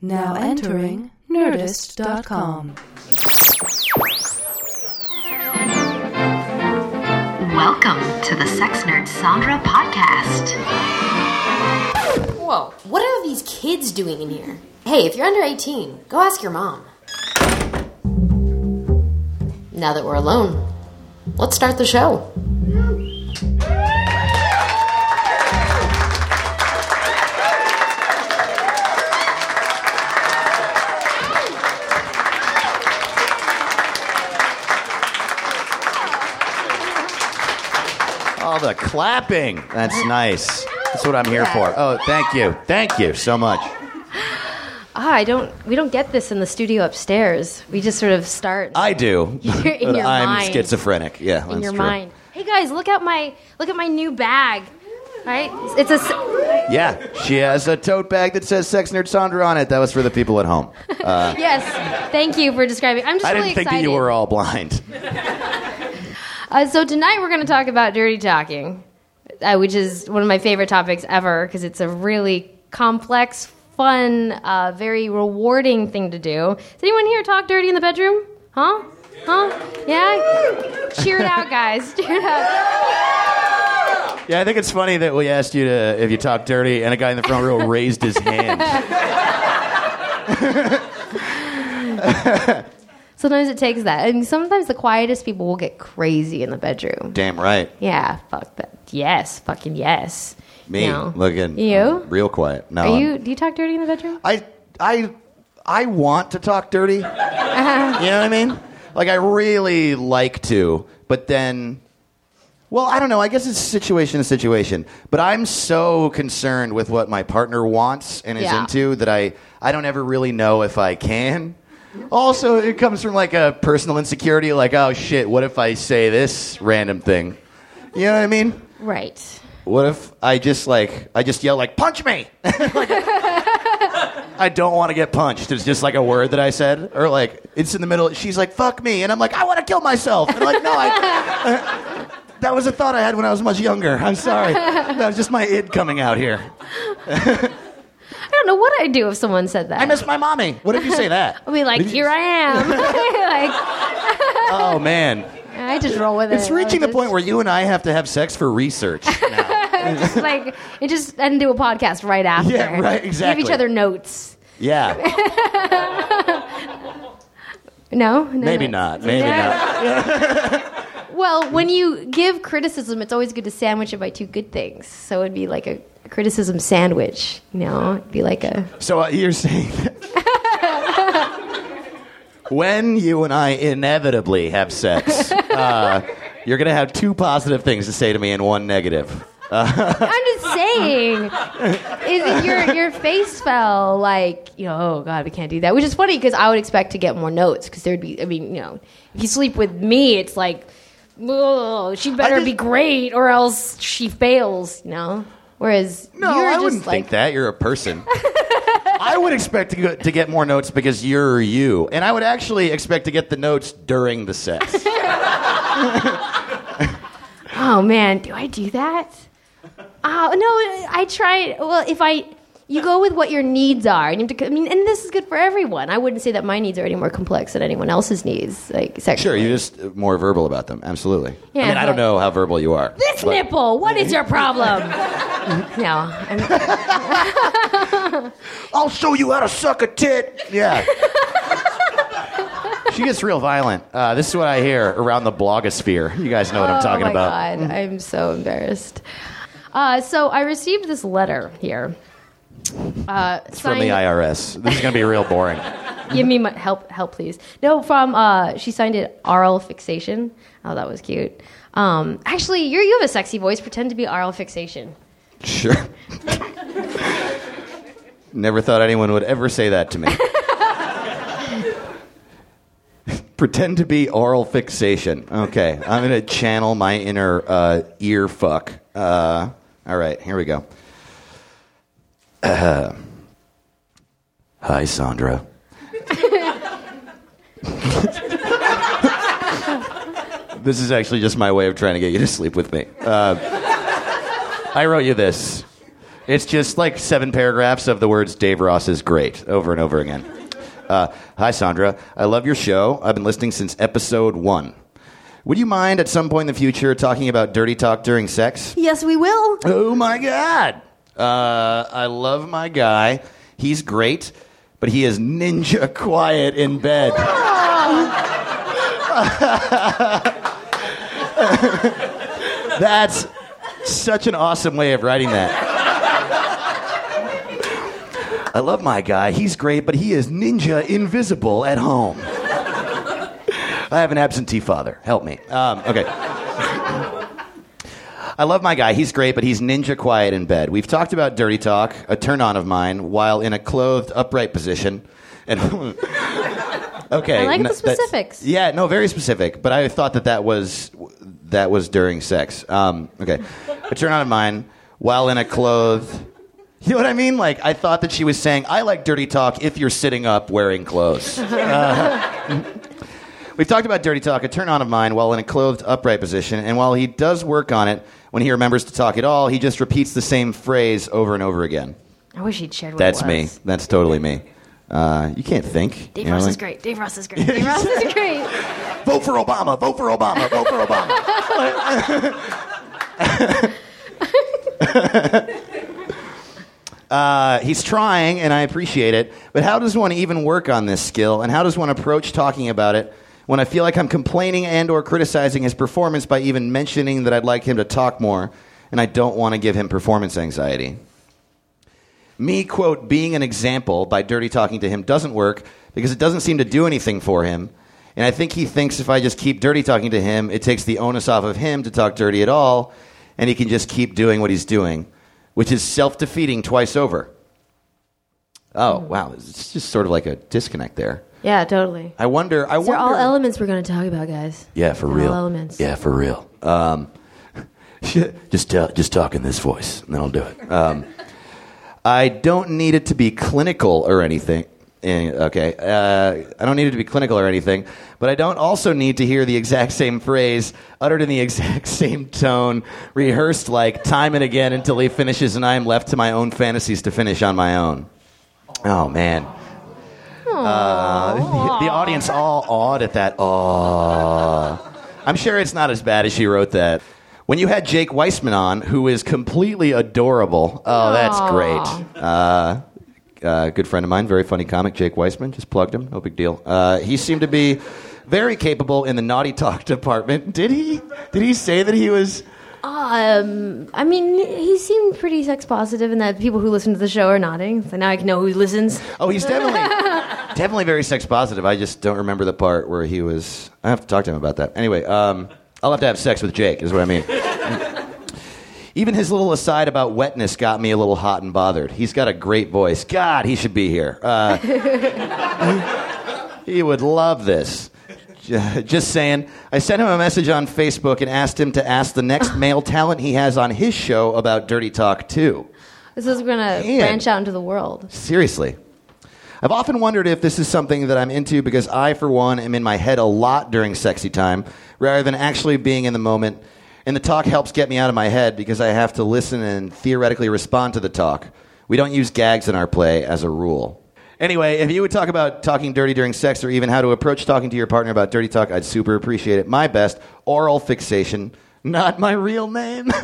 Now entering Nerdist.com. Welcome to the Sex Nerd Sandra podcast. Whoa, what are these kids doing in here? Hey, if you're under 18, go ask your mom. Now that we're alone, let's start the show. All Oh, the clapping. That's nice. That's what I'm here for. Oh, thank you. Thank you so much. Ah, I don't. We don't get this in the studio upstairs. We just sort of start I do. You're in But your I'm mind. schizophrenic. Yeah, that's in your true. mind. Hey guys, look at my look at my new bag. Right? It's a. s- Yeah, she has a tote bag that says Sex Nerd Sandra on it. That was for the people at home. Yes. Thank you for describing. I'm just I really didn't think excited. that you were all blind. Uh, so tonight we're going to talk about dirty talking, uh, which is one of my favorite topics ever because it's a really complex, fun, uh, very rewarding thing to do. Does anyone here talk dirty in the bedroom? Huh? Huh? Yeah. Cheer it out, guys. Cheer it out. Yeah, I think it's funny that we asked you to if you talk dirty, and a guy in the front row raised his hand. Sometimes it takes that, and sometimes the quietest people will get crazy in the bedroom. Damn right. Yeah. Fuck that. Yes. Fucking yes. Me No. looking You? um, real quiet. No, Are I'm- you? Do you talk dirty in the bedroom? I I I want to talk dirty. you know what I mean? Like I really like to, but then well, I don't know. I guess it's situation to situation, but I'm so concerned with what my partner wants and is Yeah. into that I I don't ever really know if I can. Also, it comes from like a personal insecurity like, oh shit, what if I say this random thing? You know what I mean? Right. What if I just like I just yell like punch me? Like, I don't want to get punched. It's just like a word that I said, or like it's in the middle. She's like fuck me, and I'm like I want to kill myself. And like no, I. that was a thought I had when I was much younger. I'm sorry. That was just my id coming out here. I don't know what I'd do if someone said that. I miss my mommy. What if you say that? I'll be like, here I am. like, Oh man, I just roll with it. it's reaching I the point just- where you and I have to have sex for research now. just like it just and do a podcast right after. Yeah, right, exactly. Give each other notes. Yeah, No, no maybe notes. not. Maybe Yeah. not. Well, when you give criticism, it's always good to sandwich it by two good things. So it'd be like a criticism sandwich. You know, it'd be like a So uh, you're saying when you and I inevitably have sex, uh, you're going to have two positive things to say to me and one negative. I'm just saying. Is it your your face fell like you know? Oh God, we can't do that. Which is funny because I would expect to get more notes because there would be. I mean, you know, if you sleep with me, it's like, oh, she better just- be great or else she fails. You know. Whereas No, you're I just wouldn't like, think that. You're a person. I would expect to, go, to get more notes because you're you, and I would actually expect to get the notes during the sex. Oh man, do I do that? Oh no, I try. Well, if I, you go with what your needs are, and you have to. I mean, and this is good for everyone. I wouldn't say that my needs are any more complex than anyone else's needs, like Sure, sexually. you're just more verbal about them. Absolutely. I Yeah, mean, I don't but- know how verbal you are. This but- nipple. What is your problem? no, I'm, oh I'll show you how to suck a tit. Yeah. she gets real violent. Uh, this is what I hear around the blogosphere. You guys know what I'm talking oh my about. Mm-hmm. God, I'm so embarrassed. Uh, so I received this letter here. Uh, It's From the IRS. This is going to be real boring. Give me my help, help, please. No, from uh, she signed it Arl Fixation. Oh, that was cute. Um, actually, you you have a sexy voice. Pretend to be Arl Fixation. sure. Never thought anyone would ever say that to me. Pretend to be oral fixation. Okay, I'm going to channel my inner uh, ear fuck. Uh, all right, here we go. Hi, Sandra. this is actually just my way of trying to get you to sleep with me. Uh, I wrote you this. It's just like seven paragraphs of the words Dave Ross is great over and over again. Uh, Hi, Sandra. I love your show. I've been listening since episode one. Would you mind at some point in the future talking about dirty talk during sex? Yes, we will. Oh my God. Uh, I love my guy. He's great, but he is ninja quiet in bed. That's such an awesome way of writing that. I love my guy. He's great, but he is ninja invisible at home. I have an absentee father. Help me. Um, okay. I love my guy. He's great, but he's ninja quiet in bed. We've talked about dirty talk, a turn on of mine, while in a clothed, upright position. And okay, I like the that's- specifics. Yeah, no, very specific. But I thought that that was that was during sex. Um, okay, a turn on of mine while in a clothed. You know what I mean? Like I thought that she was saying, "I like dirty talk if you're sitting up wearing clothes." We've talked about dirty talk, a turn on of mine while in a clothed upright position, and while he does work on it, when he remembers to talk at all, he just repeats the same phrase over and over again. I wish he'd shared what That's it me. was. That's totally me. Uh, you can't think. Dave you know, Ross like, is great. Dave Ross is great. Dave Ross is great. Vote for Obama. Vote for Obama. Vote for Obama. uh, he's trying, and I appreciate it. But how does one even work on this skill? And how does one approach talking about it when I feel like I'm complaining and/or criticizing his performance by even mentioning that I'd like him to talk more, and I don't want to give him performance anxiety? me quote being an example by dirty talking to him doesn't work because it doesn't seem to do anything for him and i think he thinks if i just keep dirty talking to him it takes the onus off of him to talk dirty at all and he can just keep doing what he's doing which is self-defeating twice over oh wow it's just sort of like a disconnect there Yeah, totally. i wonder i They're wonder all elements we're going to talk about, guys. yeah, for All real. elements. Yeah, for real. Um, just tell, just talk in this voice, and then I'll do it. Um, I don't need it to be clinical or anything. Eh, Okay, uh, I don't need it to be clinical or anything, but I don't also need to hear the exact same phrase uttered in the exact same tone, rehearsed like time and again until he finishes, and I am left to my own fantasies to finish on my own. Oh man. Uh, the, the audience all awed at that. Aww. I'm sure it's not as bad as she wrote that. When you had Jake Weissman on, who is completely adorable. Oh, that's great. Uh, uh, good friend of mine, very funny comic, Jake Weissman. Just plugged him. No big deal. Uh, he seemed to be very capable in the naughty talk department. Did he? Did he say that he was? Um, I mean, he seemed pretty sex positive, and that people who listen to the show are nodding. So now I can know who listens. Oh, he's definitely definitely very sex positive. I just don't remember the part where he was. I have to talk to him about that. Anyway, um, I'll have to have sex with Jake, is what I mean. Even his little aside about wetness got me a little hot and bothered. He's got a great voice. God, he should be here. Uh, he would love this. J- Just saying, I sent him a message on Facebook and asked him to ask the next male talent he has on his show about dirty talk too. This is going to Man. branch out into the world. Seriously. I've often wondered if this is something that I'm into because I, for one, am in my head a lot during sexy time rather than actually being in the moment. And the talk helps get me out of my head because I have to listen and theoretically respond to the talk. We don't use gags in our play as a rule. Anyway, if you would talk about talking dirty during sex or even how to approach talking to your partner about dirty talk, I'd super appreciate it. My best, oral fixation, not my real name.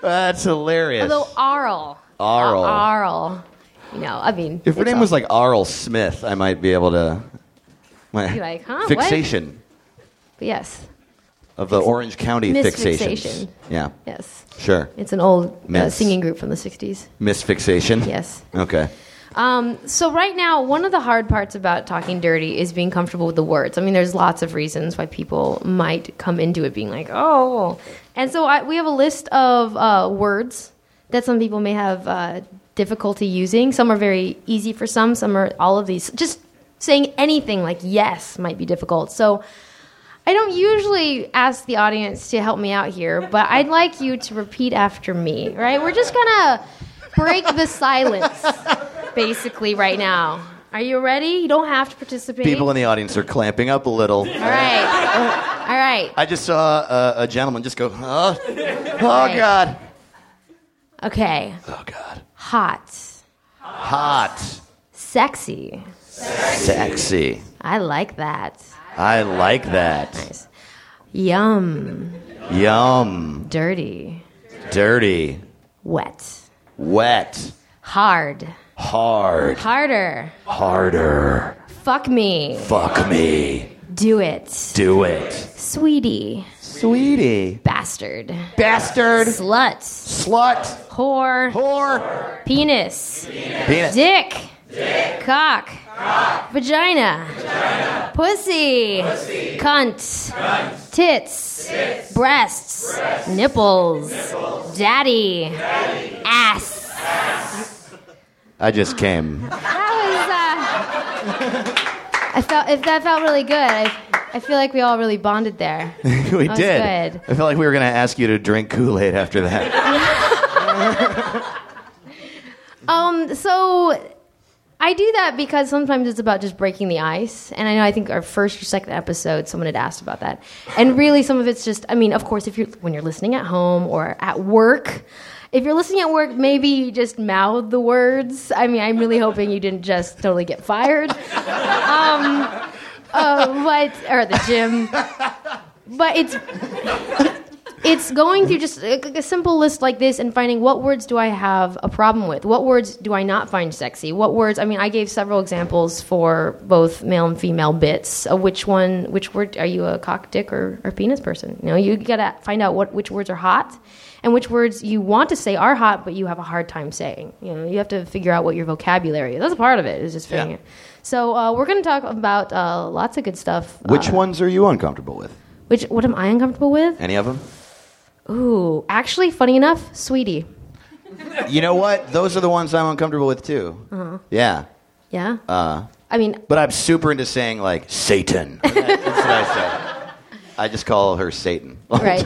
That's hilarious. Although Arl. Arl. Arl. Uh, You know, I mean. If her it's name all- was like Arl Smith, I might be able to. Be like, huh, what? Fixation But yes, of the Orange County Miss fixations. Fixation. Yeah, yes. sure. It's an old uh, Miss. singing group from the 60s. Miss Fixation. Yes. Okay. Um, so right now, one of the hard parts about talking dirty is being comfortable with the words. I mean, there's lots of reasons why people might come into it being like, oh. And so I, we have a list of uh, words that some people may have uh, difficulty using. Some are very easy for some. Some are all of these. Just saying anything like yes might be difficult. So I don't usually ask the audience to help me out here, but I'd like you to repeat after me, right? We're just gonna break the silence, basically, right now. Are you ready? You don't have to participate. People in the audience are clamping up a little. All right. All Right. I just saw a, a gentleman just go, huh? oh Right. god, Okay. oh god, Hot. hot, Sexy. sexy. I like that. I like that. Nice. Yum. Yum, Dirty. dirty, Wet. wet, Hard. hard, Harder. harder. Fuck me. Fuck me, Do it. do it, Sweetie. sweetie, Bastard. bastard, Slut. slut, Whore. whore, Penis. penis, Dick. Cock. Vagina. Pussy. Cunt. Tits. Breasts. Nipples. Daddy. Ass. I just came. That was. Uh, I felt if that felt really good. I, I feel like we all really bonded there. we was did. good. I felt like we were going to ask you to drink Kool Aid after that. Um, so I do that because sometimes it's about just breaking the ice, and I know I think our first or second episode, someone had asked about that, and really some of it's just, I mean, of course, if you're when you're listening at home or at work. If you're listening at work, maybe you just mouth the words. I mean, I'm really hoping you didn't just totally get fired. Um, uh, but or at the gym, but it's it's going through just a, a simple list like this and finding what words do I have a problem with? What words do I not find sexy? What words? I mean, I gave several examples for both male and female bits. Of which one? Which word? Are you a cock, dick, or, or penis person? You know, you gotta find out what which words are hot and which words you want to say are hot, but you have a hard time saying. You know, you have to figure out what your vocabulary is. That's a part of it. Is just figuring Yeah. it. So uh, we're gonna talk about uh, lots of good stuff. Which uh, ones are you uncomfortable with? Which what am I uncomfortable with? Any of them? Ooh, actually, funny enough, sweetie. You know what? Those are the ones I'm uncomfortable with too. Uh-huh. Yeah. Yeah. Uh. I mean, But I'm super into saying, like, Satan. That's what I say. I just call her Satan. right.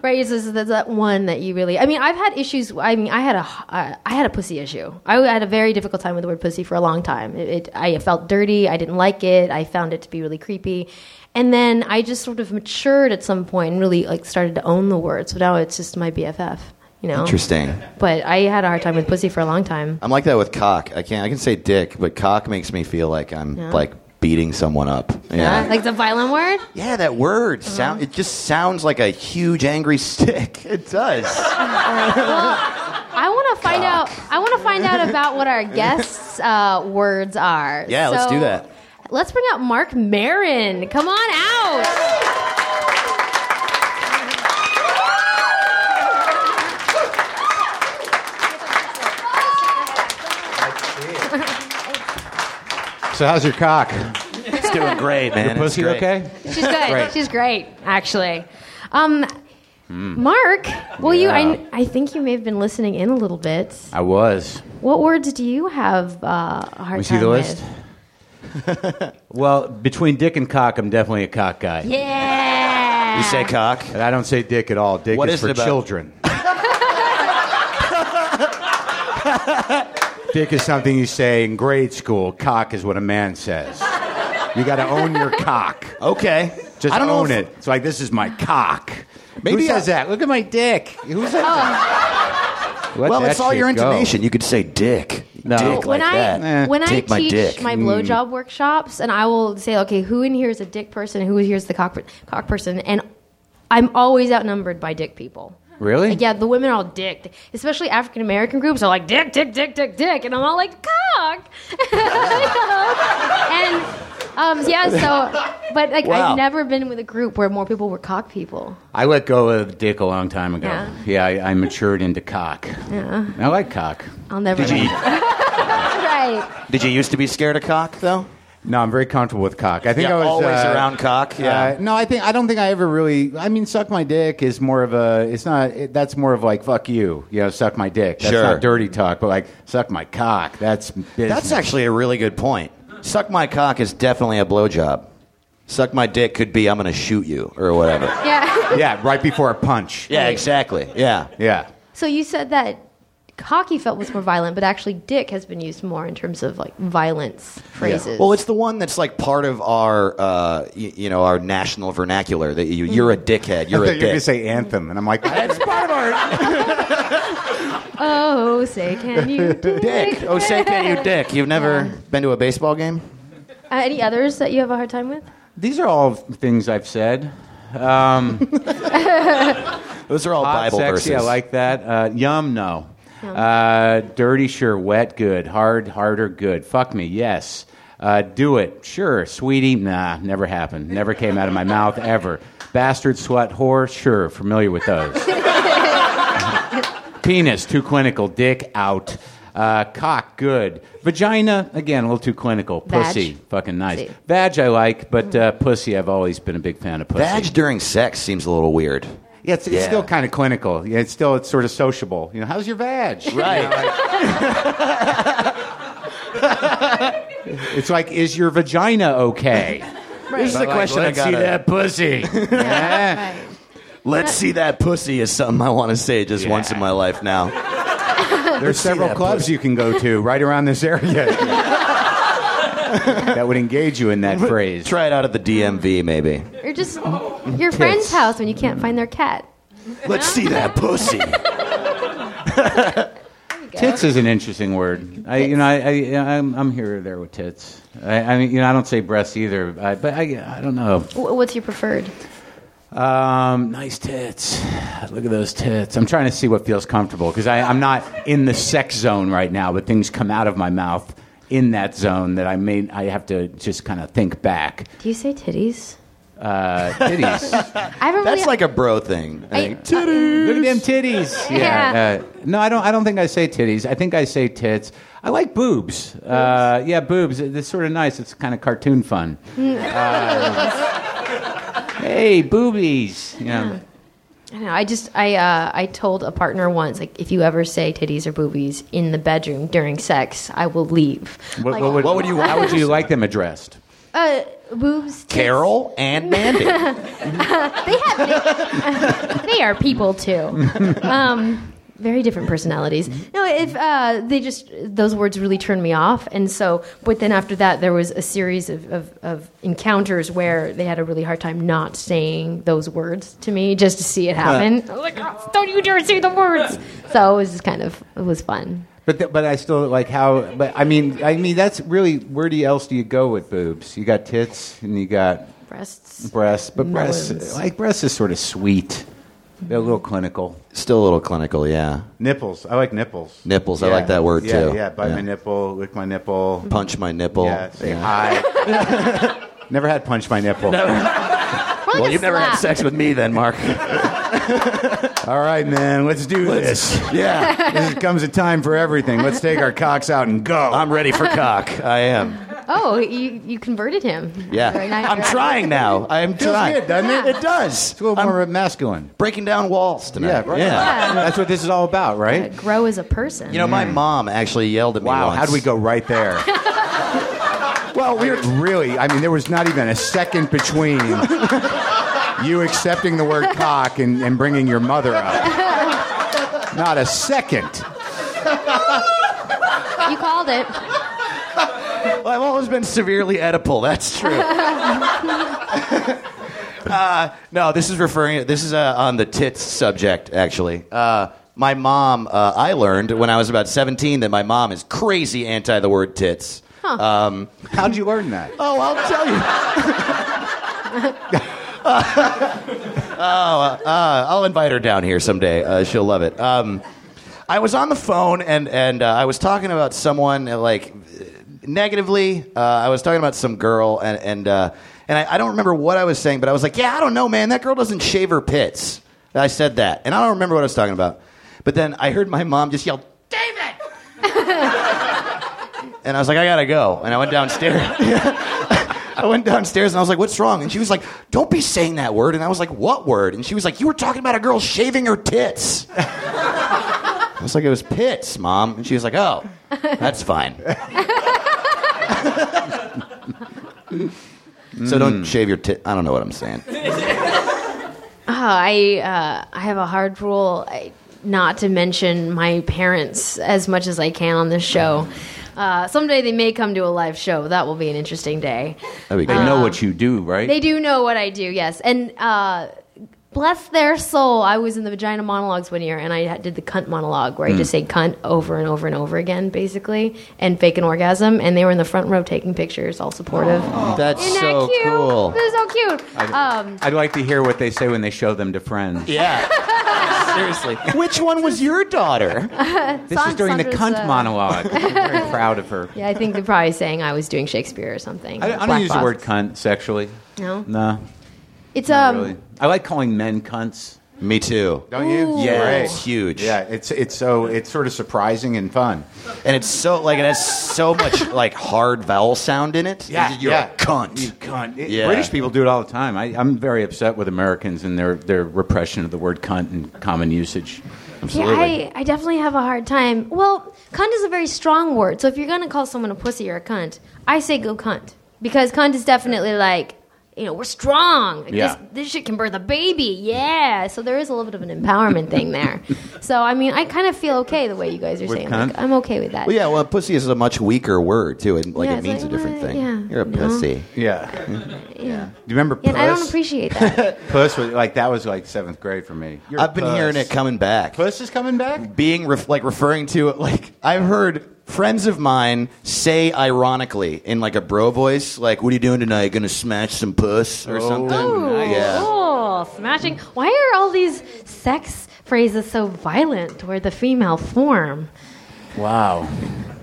Right, it's just- that's that one that you really. I mean, I've had issues. I mean, I had a, uh, I had a pussy issue. I had a very difficult time with the word pussy for a long time. It, it, I felt dirty. I didn't like it. I found it to be really creepy, and then I just sort of matured at some point and really like started to own the word. So now it's just my BFF, you know. Interesting. But I had a hard time with pussy for a long time. I'm like that with cock. I can't. I can say dick, but cock makes me feel like I'm Yeah. like beating someone up. Yeah. Like the violent word. yeah, that word Uh-huh. sound. It just sounds like a huge angry stick. It does. I want to find out. I want to find out about what our guests' uh, words are. Yeah, let's do that. Let's bring out Mark Marin. Come on out. So how's your cock? It's doing great, man. It's Pussy great. okay? She's good. Great. She's great, actually. Um, Mark, well, you. Yeah. I, I think you may have been listening in a little bit. I was. What words do you have uh, a hard We time see with? the list. well, between dick and cock, I'm definitely a cock guy. Yeah. You say cock? And I don't say dick at all. Dick What is is it for about- children. dick is something you say in grade school. Cock is what a man says. You got to own your cock. Okay. Just I don't know own if- it. It's like this is my cock. Maybe Who says I- that? Look at my dick. Who says that? Let Well, that it's all shit your go. intonation. You could say dick. No. Dick when like I that. Eh. when I Take my teach dick. my, blowjob workshops, and I will say, okay, who in here is a dick person? Who in here is the cock, per- cock person? And I'm always outnumbered by dick people. Really? Like, yeah, the women are all dick. Especially African American groups are like dick, dick, dick, dick, dick, and I'm all like cock. and um, yeah, so but like Wow. I've never been with a group where more people were cock people. I let go of dick a long time ago. Yeah. Yeah, I, I matured into cock. Yeah. I like cock. I'll never. Did you, right. did you used to be scared of cock though? No, I'm very comfortable with cock. I think Yeah, I was always uh, around cock. Uh, Yeah. no, I think I don't think I ever really. I mean, suck my dick is more of a. It's not. It, that's more of like fuck you. You know, suck my dick. That's Sure. not dirty talk, but like suck my cock. That's business. That's actually a really good point. Suck my cock is definitely a blowjob. Suck my dick could be I'm gonna shoot you or whatever. Yeah. yeah, right before a punch. yeah, exactly. Yeah. yeah. So you said that hockey felt was more violent, but actually dick has been used more in terms of like violence phrases. Well, it's the one that's like part of our, uh, y- you know, our national vernacular. That you, you're a dickhead. You're a I thought you were dick. going to say anthem, and I'm like, That's part of our oh, say can you dick? dick. Oh, say can you dick? You've never been to a baseball game? Uh, any others that you have a hard time with? these are all things I've said. Um, Those are all hot, Bible sexy, verses. I like that. Uh, yum, no. Uh, dirty, sure. Wet, good. Hard, harder, good. Fuck me, yes. Uh, do it, sure. Sweetie, nah, never happened. Never came out of my mouth ever. Bastard, slut, whore, sure. Familiar with those. Penis, too clinical. Dick, out. Uh, cock, good. Vagina, again, a little too clinical. Vag. Pussy, fucking nice. See. Vag, I like, but uh, pussy, I've always been a big fan of pussy. Badge during sex seems a little weird. Yeah, it's, it's Yeah. still kind of clinical. Yeah, it's still it's sort of sociable. You know, how's your vag? Right. It's like, is your vagina okay? This is the Like, question Let's I see got. that pussy. Yeah. Right. Let's see that pussy is something I want to say just Yeah. once in my life now. There's several that clubs pussy. you can go to right around this area that would engage you in that phrase. Try it out at the DMV, maybe. Or just your friend's house when you can't find their cat. Let's see that pussy. Tits is an interesting word. I, you know, I, I, I'm, I'm here or there with tits. I, I mean, you know, I don't say breasts either, I, but I, I don't know. Wh- What's your preferred? Um, nice tits. Look at those tits. I'm trying to see what feels comfortable because I'm not in the sex zone right now, but things come out of my mouth in that zone that I may I have to just kind of think back. Do you say titties? Uh, titties. I haven't That's really, like a bro thing. Uh, I I- think. Look at them titties. Yeah. Uh, no, I don't. I don't think I say titties. I think I say tits. I like boobs. Uh, yeah, boobs. It's sort of nice. It's kind of cartoon fun. Uh, hey, boobies. You know. I know. I just I uh, I told a partner once like if you ever say titties or boobies in the bedroom during sex, I will leave. What, Like- what would, What would you- How would you like them addressed? Uh, boobs. tits. Carol and Mandy. They are people too. um, very different personalities. No, if uh, they just those words really turned me off, and so. But then after that, there was a series of, of, of encounters where they had a really hard time not saying those words to me, just to see it Uh. happen. I was like, "Oh, don't you dare say the words. So it was just kind of it was fun. But th- but I still like how. But I mean I mean that's really where do you, else do you go with boobs? You got tits and you got Breasts. breasts, but breasts Melons. like breasts is sort of sweet. They're a little clinical. Still a little clinical, yeah. Nipples. I like nipples. Nipples, I like that word, yeah, too. Yeah, bite my Yeah. nipple, lick my nipple. Punch my nipple. Yeah, say hi. Never had punch my nipple. More Well, like a you've never had slap. sex with me then, Mark. All right, man, let's do this. yeah. This comes a time for everything. Let's take our cocks out and go. I'm ready for cock. I am. Oh, you, you converted him. Yeah. Very nice. I'm trying now. I'm Feels trying. good, doesn't it? It does. It's a little I'm more masculine. breaking down walls tonight. Yeah, right. Yeah. That's what this is all about, right? Grow as a person. You know, my mom actually yelled at me Mm. Wow, once. how'd we go right there? well, we were really, I mean, there was not even a second between you accepting the word cock and, and bringing your mother up. Not a second. you called it. Well, I've always been severely edible. That's true. uh, no, this is referring. This is uh, on the tits subject, actually. Uh, my mom. Uh, I learned when I was about seventeen that my mom is crazy anti the word tits. Um, How'd you learn that? oh, I'll tell you. Oh, uh, I'll invite her down here someday. Uh, she'll love it. Um, I was on the phone and and uh, I was talking about someone uh, like negatively. Uh, I was talking about some girl and and uh, and I, I don't remember what I was saying, but I was like, yeah, I don't know, man. That girl doesn't shave her pits. And I said that, and I don't remember what I was talking about. But then I heard my mom just yell, David. and I was like, I gotta go, and I went downstairs. I went downstairs and I was like, "What's wrong?" And she was like, "Don't be saying that word." And I was like, "What word?" And she was like, "You were talking about a girl shaving her tits." I was like, "It was pits, mom." And she was like, "Oh, that's fine." so don't Mm. shave your tit. I don't know what I'm saying. Oh, I uh, I have a hard rule. I, not to mention my parents as much as I can on this show. Uh, someday they may come to a live show. That will be an interesting day. They know what you do, right? They do know what I do, yes. And uh, bless their soul, I was in the vagina monologues one year, and I had- did the cunt monologue where I Hmm. just say cunt over and over and over again, basically, and fake an orgasm. And they were in the front row taking pictures, all supportive. That's Isn't Oh, so that cute? cool. They're so cute. Um, I'd like to hear what they say when they show them to friends. Yeah. Seriously. Which one was your daughter? This is San- during the Sandra's, cunt uh, monologue. I'm very proud of her. yeah, I think they're probably saying I was doing Shakespeare or something. I, I don't Black use the Box. word cunt sexually. No? No, It's not um, really. I like calling men cunts. Me too. Don't you? Yeah, Great. it's huge. Yeah, it's it's so it's sort of surprising and fun. And it's so like it has so much like hard vowel sound in it. You're a cunt. You cunt. It- Yeah. British people do it all the time. I, I'm very upset with Americans and their, their repression of the word cunt in common usage. Yeah, I, I definitely have a hard time. Well, cunt is a very strong word. So if you're going to call someone a pussy or a cunt, I say go cunt. Because cunt is definitely like, you know, we're strong. Like, Yeah. This, this shit can birth a baby. Yeah. So there is a little bit of an empowerment thing there. So, I mean, I kind of feel okay the way you guys are With saying. cunt? Like, I'm okay with that. Well, yeah, well, pussy is a much weaker word too, and like Yeah, it it's means like, a different what? thing. Yeah. You're a No. pussy. Yeah. Do Yeah. you remember Yeah, and I don't Puss? appreciate that. Puss was like, that was like seventh grade for me. You're a I've been puss. hearing it coming back. Puss is coming back. Being ref- like referring to it, like I've heard friends of mine say ironically in like a bro voice, like "What are you doing tonight? Gonna smash some puss Oh, or something?" Yeah. Oh, smashing. Why are all these sex phrases so violent toward the female form? Wow.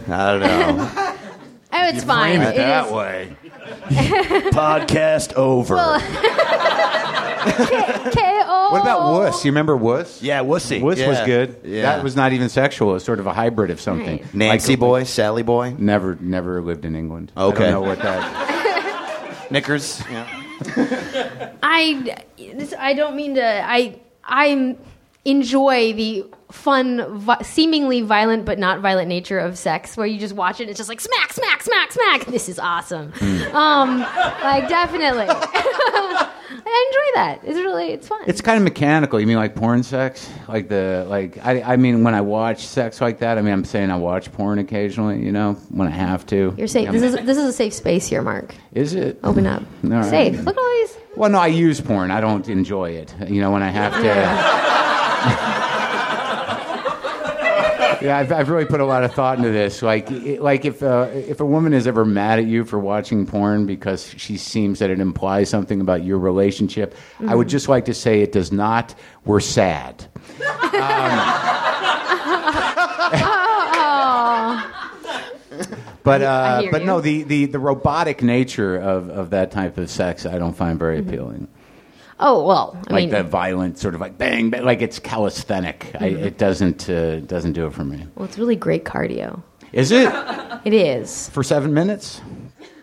I don't know. Oh, it's fine. It is- way. Podcast over. KO. What about wuss? You remember wuss? yeah, wussy. Wuss was Yeah. good. Yeah. That was not even sexual. It was sort of a hybrid of something. Right. Nancy Like- boy, Sally boy, Never, never lived in England. I Okay. don't know what that. knickers. Yeah. I this, I don't mean to. I I enjoy the fun, vi- seemingly violent but not violent nature of sex, where you just watch it. and It's just like smack, smack, smack, smack. This is awesome. Hmm. Um, like definitely, I enjoy that. It's really it's fun. It's kind of mechanical. You mean like porn sex? Like the like? I, I mean, when I watch sex like that, I mean, I'm saying I watch porn occasionally. You know, when I have to. You're safe. Yeah. This is this is a safe space here, Mark. Is it? Open up. All right. Safe. Look at all these. Well, no, I use porn. I don't enjoy it. You know, when I have to. Yeah, I've, I've really put a lot of thought into this. Like, it, like if uh, if a woman is ever mad at you for watching porn because she seems that it implies something about your relationship, I Mm. would just like to say it does not. We're sad. But I uh, hear but no, you. the, the, the robotic nature of, of that type of sex, I don't find very appealing. Oh well. Mm-hmm. I like mean, the violent sort of like bang, bang like it's calisthenic. I, Mm-hmm. it doesn't uh, doesn't do it for me. well, it's really great cardio. Is it It is. Oh, for seven minutes?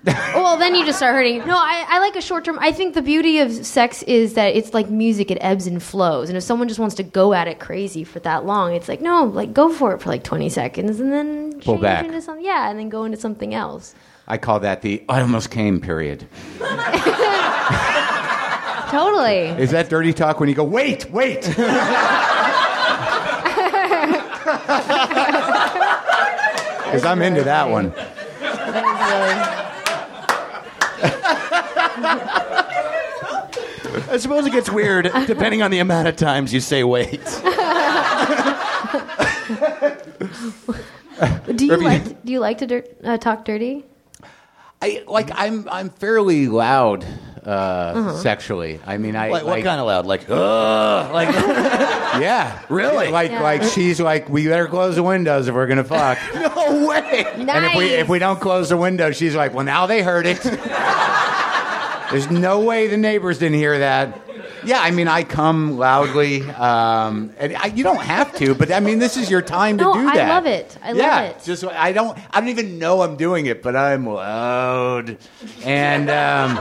Well, then you just start hurting. No, I, I like a short term. I think the beauty of sex is that it's like music; it ebbs and flows. And if someone just wants to go at it crazy for that long, it's like no, like go for it for like twenty seconds, and then Pull change back. into something. Yeah, and then go into something else. I call that the I almost came period. Totally. Is that dirty talk when you go wait wait? Because I'm into that one. I suppose it gets weird depending on the amount of times you say wait. Do you like do you like to dirt, uh, talk dirty? I like I'm I'm fairly loud uh, Uh-huh. sexually. I mean I Like, what kind of loud? Like, ugh. Like, yeah Really? like Yeah. like she's like we better close the windows if we're gonna fuck. no way. Nice. And if we if we don't close the window, she's like, "Well, now they heard it." There's no way the neighbors didn't hear that. Yeah, I mean, I come loudly, um, and I, you don't have to, but I mean, this is your time No, to do I that. love it. I love yeah, it. Just I don't I don't even know I'm doing it, but I'm loud, and um,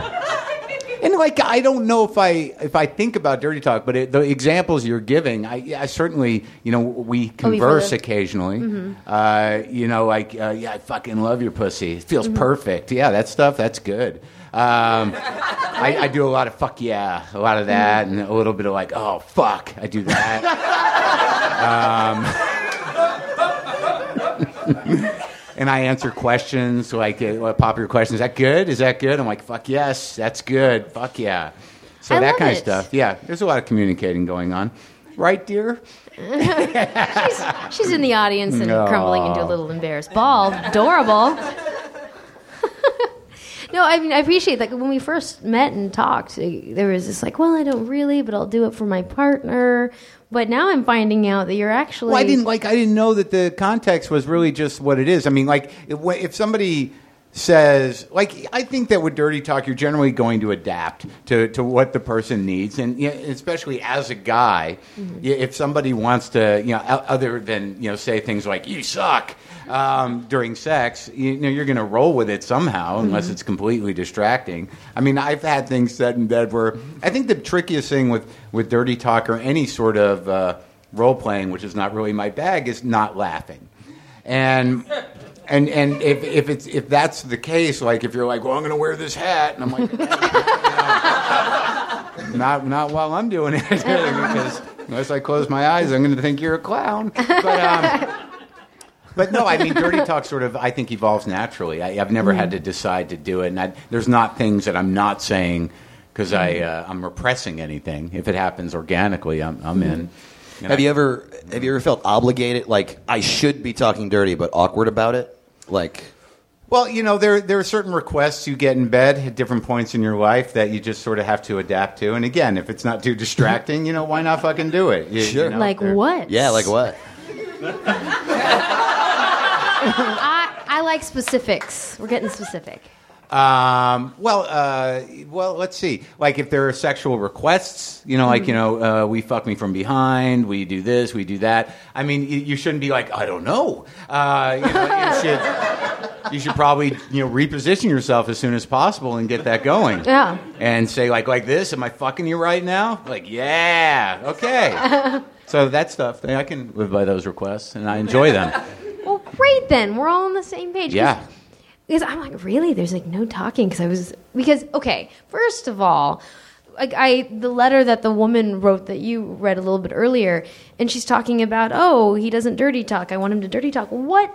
And like I don't know if I if I think about dirty talk, but it, the examples you're giving, I, I certainly you know we converse lived. occasionally. Uh, you know, like uh, yeah, I fucking love your pussy. It feels perfect. Yeah, that stuff that's good. Um, I, I do a lot of fuck yeah, a lot of that, and a little bit of like oh fuck, I do that. Um, and I answer questions like uh, popular questions. Is that good? Is that good? I'm like, fuck yes, that's good. Fuck yeah. So I that love kind it. of stuff. Yeah, there's a lot of communicating going on, right, dear? She's, she's in the audience and crumbling into a little embarrassed ball. Adorable. no, I mean I appreciate like when we first met and talked, there was this like, well, I don't really, but I'll do it for my partner. But now I'm finding out that you're actually. Well, I didn't like. I didn't know that the context was really just what it is. I mean, like if, if somebody says, like, I think that with dirty talk, you're generally going to adapt to, to what the person needs, and you know, especially as a guy, y if somebody wants to, you know, o- other than you know, say things like "you suck." Um, during sex, you, know you're going to roll with it somehow, unless it's completely distracting. I mean, I've had things said in bed where I think the trickiest thing with with dirty talk or any sort of uh, role playing, which is not really my bag, is not laughing. And and and if if it's if that's the case, like if you're like, well, I'm going to wear this hat, and I'm like, "No, not not while I'm doing it, because unless I close my eyes, I'm going to think you're a clown. But, um, but no, I mean, dirty talk sort of I think evolves naturally. I, I've never had to decide to do it, and I, there's not things that I'm not saying because I uh, I'm repressing anything. If it happens organically, I'm I'm in. And Have I- you ever have you ever felt obligated? Like I should be talking dirty, but awkward about it. Like Well, you know, there there are certain requests you get in bed at different points in your life that you just sort of have to adapt to. And again, if it's not too distracting, you know, why not fucking do it? You- you Sure. know, like they're- what? yeah, like what? I, I like specifics. We're getting specific. Um, well, uh, well, let's see. Like if there are sexual requests, you know, like you know, uh, we fuck me from behind, we do this, we do that. I mean, you, you shouldn't be like, I don't know. Uh, you, know you should, you should probably you know reposition yourself as soon as possible and get that going. Yeah. And say like like this, am I fucking you right now? Like yeah, okay. so that stuff, I can live by those requests, and I enjoy them. Well, great then. We're all on the same page. 'Cause- Yeah. Because I'm like, really? There's like no talking because I was because okay. First of all, like I the letter that the woman wrote that you read a little bit earlier, and she's talking about oh he doesn't dirty talk. I want him to dirty talk. What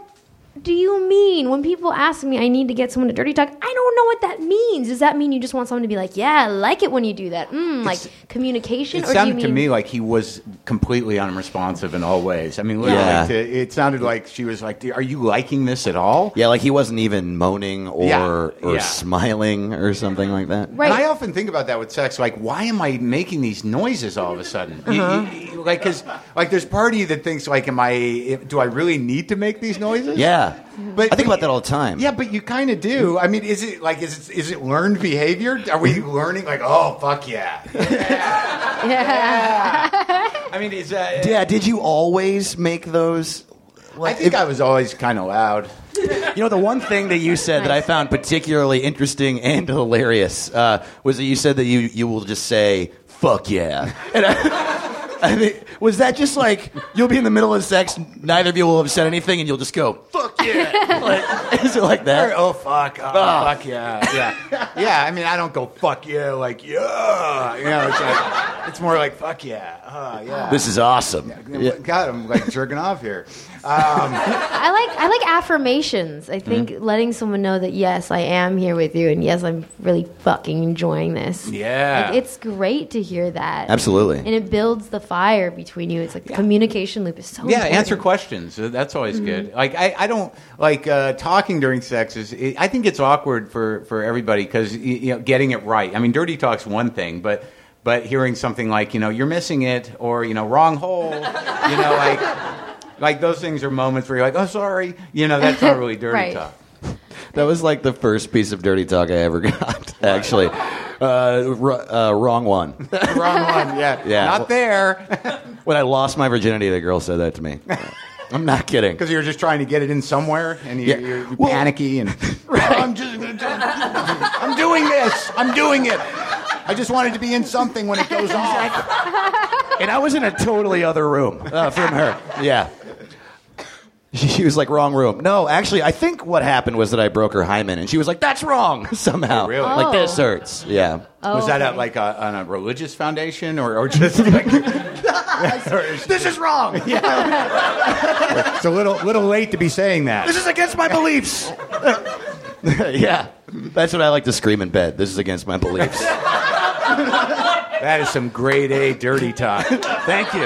do you mean when people ask me I need to get someone to dirty talk? I don't know what that means. Does that mean you just want someone to be like, yeah, I like it when you do that? Mm, like communication, It or do you sounded mean to me like he was completely unresponsive in all ways. I mean, literally, Yeah. to, it sounded like she was like, "Are you liking this at all?" Yeah, like he wasn't even moaning or Yeah, or yeah. smiling or something like that. right? And I often think about that with sex. Like, why am I making these noises all of a sudden? You- Uh-huh. you- you- like, because like there's part of you that thinks like, "Am I? Do I really need to make these noises?" Yeah, But- I think about that all the time. Yeah, but you kind of do. I mean, is it like is it, is it learned behavior? Are we learning like, oh fuck yeah? I mean, is that? yeah. Did you always make those? I think I was always kind of loud. You know, the one thing that you said that I found particularly interesting and hilarious uh, was that you said that you, you will just say, fuck yeah. And I, I think, was that just like, you'll be in the middle of sex, neither of you will have said anything, and you'll just go, fuck yeah. Like, is it like that? Oh fuck! Oh, fuck yeah! Yeah, yeah. I mean, I don't go fuck yeah like yeah. You know, it's like it's more like fuck yeah. Oh yeah. This is awesome. Yeah. God, I'm like jerking off here. I like I like affirmations. I think Mm-hmm. letting someone know that yes, I am here with you, and yes, I'm really fucking enjoying this. Yeah. like, it's great to hear that. Absolutely. and it builds the fire between you. It's like the communication loop is so yeah, important. Mm-hmm. answer questions. Uh, That's always good. Like I, I don't like uh, talking during sex. Is it, I think it's awkward for for everybody because you know getting it right. I mean, dirty talk's one thing, but but hearing something like you know you're missing it or you know wrong hole, you know like. Like those things are moments where you're like, "Oh, sorry," you know. That's not really dirty Right. talk. That was like the first piece of dirty talk I ever got, actually. Uh, r- uh, wrong one. Wrong one. Yeah. Yeah. Not there. when I lost my virginity, the girl said that to me. I'm not kidding. Because you're just trying to get it in somewhere, and you, Yeah. you're, you're Well- "Oh, panicky, and I'm just, I'm doing this. I'm doing it. I just wanted to be in something when it goes off. And I was in a totally other room uh, from her. Yeah. She, she was like, wrong room. No, actually, I think what happened was that I broke her hymen, and she was like, that's wrong somehow. really? Like, this Oh. hurts. Yeah. was that at like a, on a religious foundation or, or just like This is wrong. it's a little little late to be saying that? This is against my beliefs. yeah. That's what I like to scream in bed. This is against my beliefs. That is some grade A dirty talk. Thank you.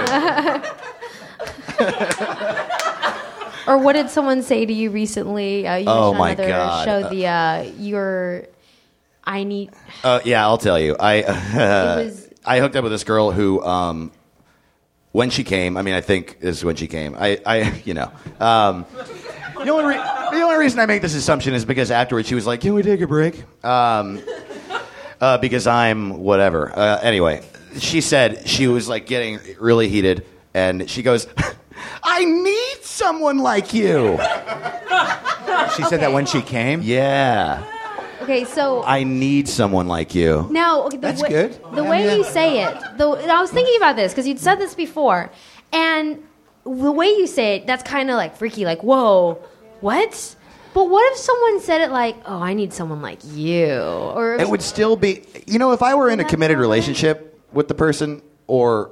Or what did someone say to you recently? Uh, you Oh, mentioned my another God. show, the uh, your I need. Uh, yeah, I'll tell you. I Uh, it was I hooked up with this girl who, um, when she came, I mean, I think is when she came. I, I you know, um, the only re- the only reason I make this assumption is because afterwards she was like, "Can we take a break?" Um, uh, because I'm whatever. Uh, anyway, she said she was like getting really heated, and she goes, "I need someone like you." She said that when she came. Yeah, okay. So I need someone like you. Now, okay, the That's way, good. The way you say it, the, and I was thinking about this because you'd said this before, and the way you say it, that's kind of like freaky, like, whoa, what? But what if someone said it like, oh, I need someone like you? Or It would still be, you know, if I were in a committed relationship with the person, or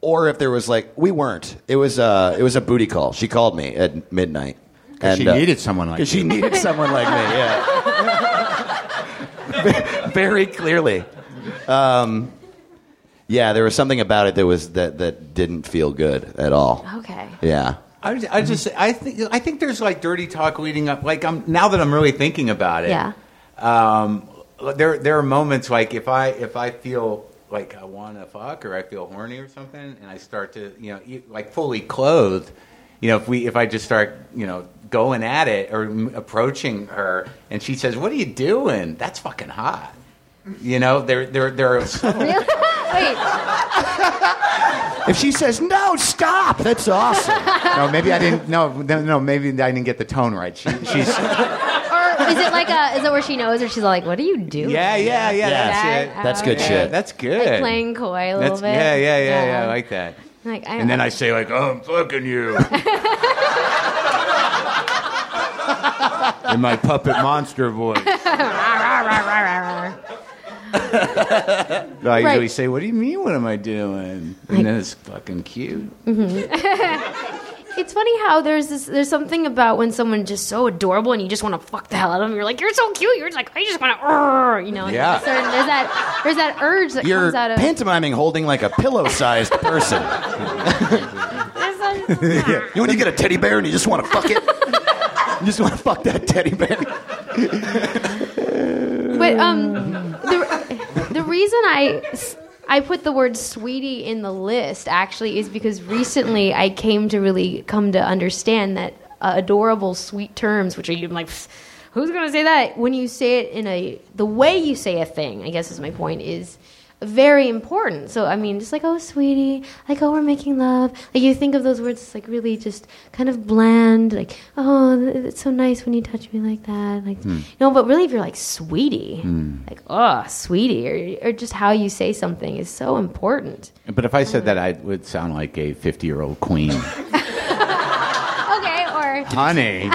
or if there was like we weren't. It was uh, it was a booty call. She called me at midnight, and she uh, needed someone like 'cause she needed someone like me. Yeah, very clearly. Um, yeah, there was something about it that was that that didn't feel good at all. Okay. Yeah. I, was- I just I think I think there's like dirty talk leading up. Like I'm now that I'm really thinking about it. Yeah. Um, there there are moments like if I if I feel like I want to fuck or I feel horny or something, and I start to you know eat, like fully clothed. You know, if we if I just start you know going at it or m- approaching her, and she says, "What are you doing? That's fucking hot." You know, there there there are Wait, If she says no, stop. That's awesome. No, maybe I didn't. No, no, no, maybe I didn't get the tone right. She, she's or is it like a, is it where she knows or she's like, what are you doing? yeah yeah yeah, Yeah. that's it. That, That's good okay. shit. That's good. Like playing coy a little That's- bit. Yeah, yeah, yeah, yeah. I like that. Like, I, and then I say like, "Oh, I'm fucking you." In my puppet monster voice. I usually Right. say, "What do you mean? What am I doing?" And then it's fucking cute. It's funny how there's this there's something about when someone's just so adorable and you just want to fuck the hell out of them. You're like, you're so cute. You're just like, I just want to, you know. and Yeah. there's Certain, there's that there's that urge that You're comes out of. pantomiming holding like a pillow-sized person. there's that- You know when you get a teddy bear and you just want to fuck it? you just want to fuck that teddy bear? but um, the, the reason I s- I put the word sweetie in the list actually is because recently I came to really come to understand that uh, adorable sweet terms, which are you like. pfft, Who's gonna say that? When you say it in a the way you say a thing, I guess is my point is very important. So I mean, just like oh, sweetie, like oh, we're making love. Like you think of those words as like really just kind of bland. Like oh, th- it's so nice when you touch me like that. Like no, but really, if you're like sweetie, like oh, sweetie, or, or just how you say something is so important. But if I said that, I would sound like a fifty-year-old queen. Okay, or Honey,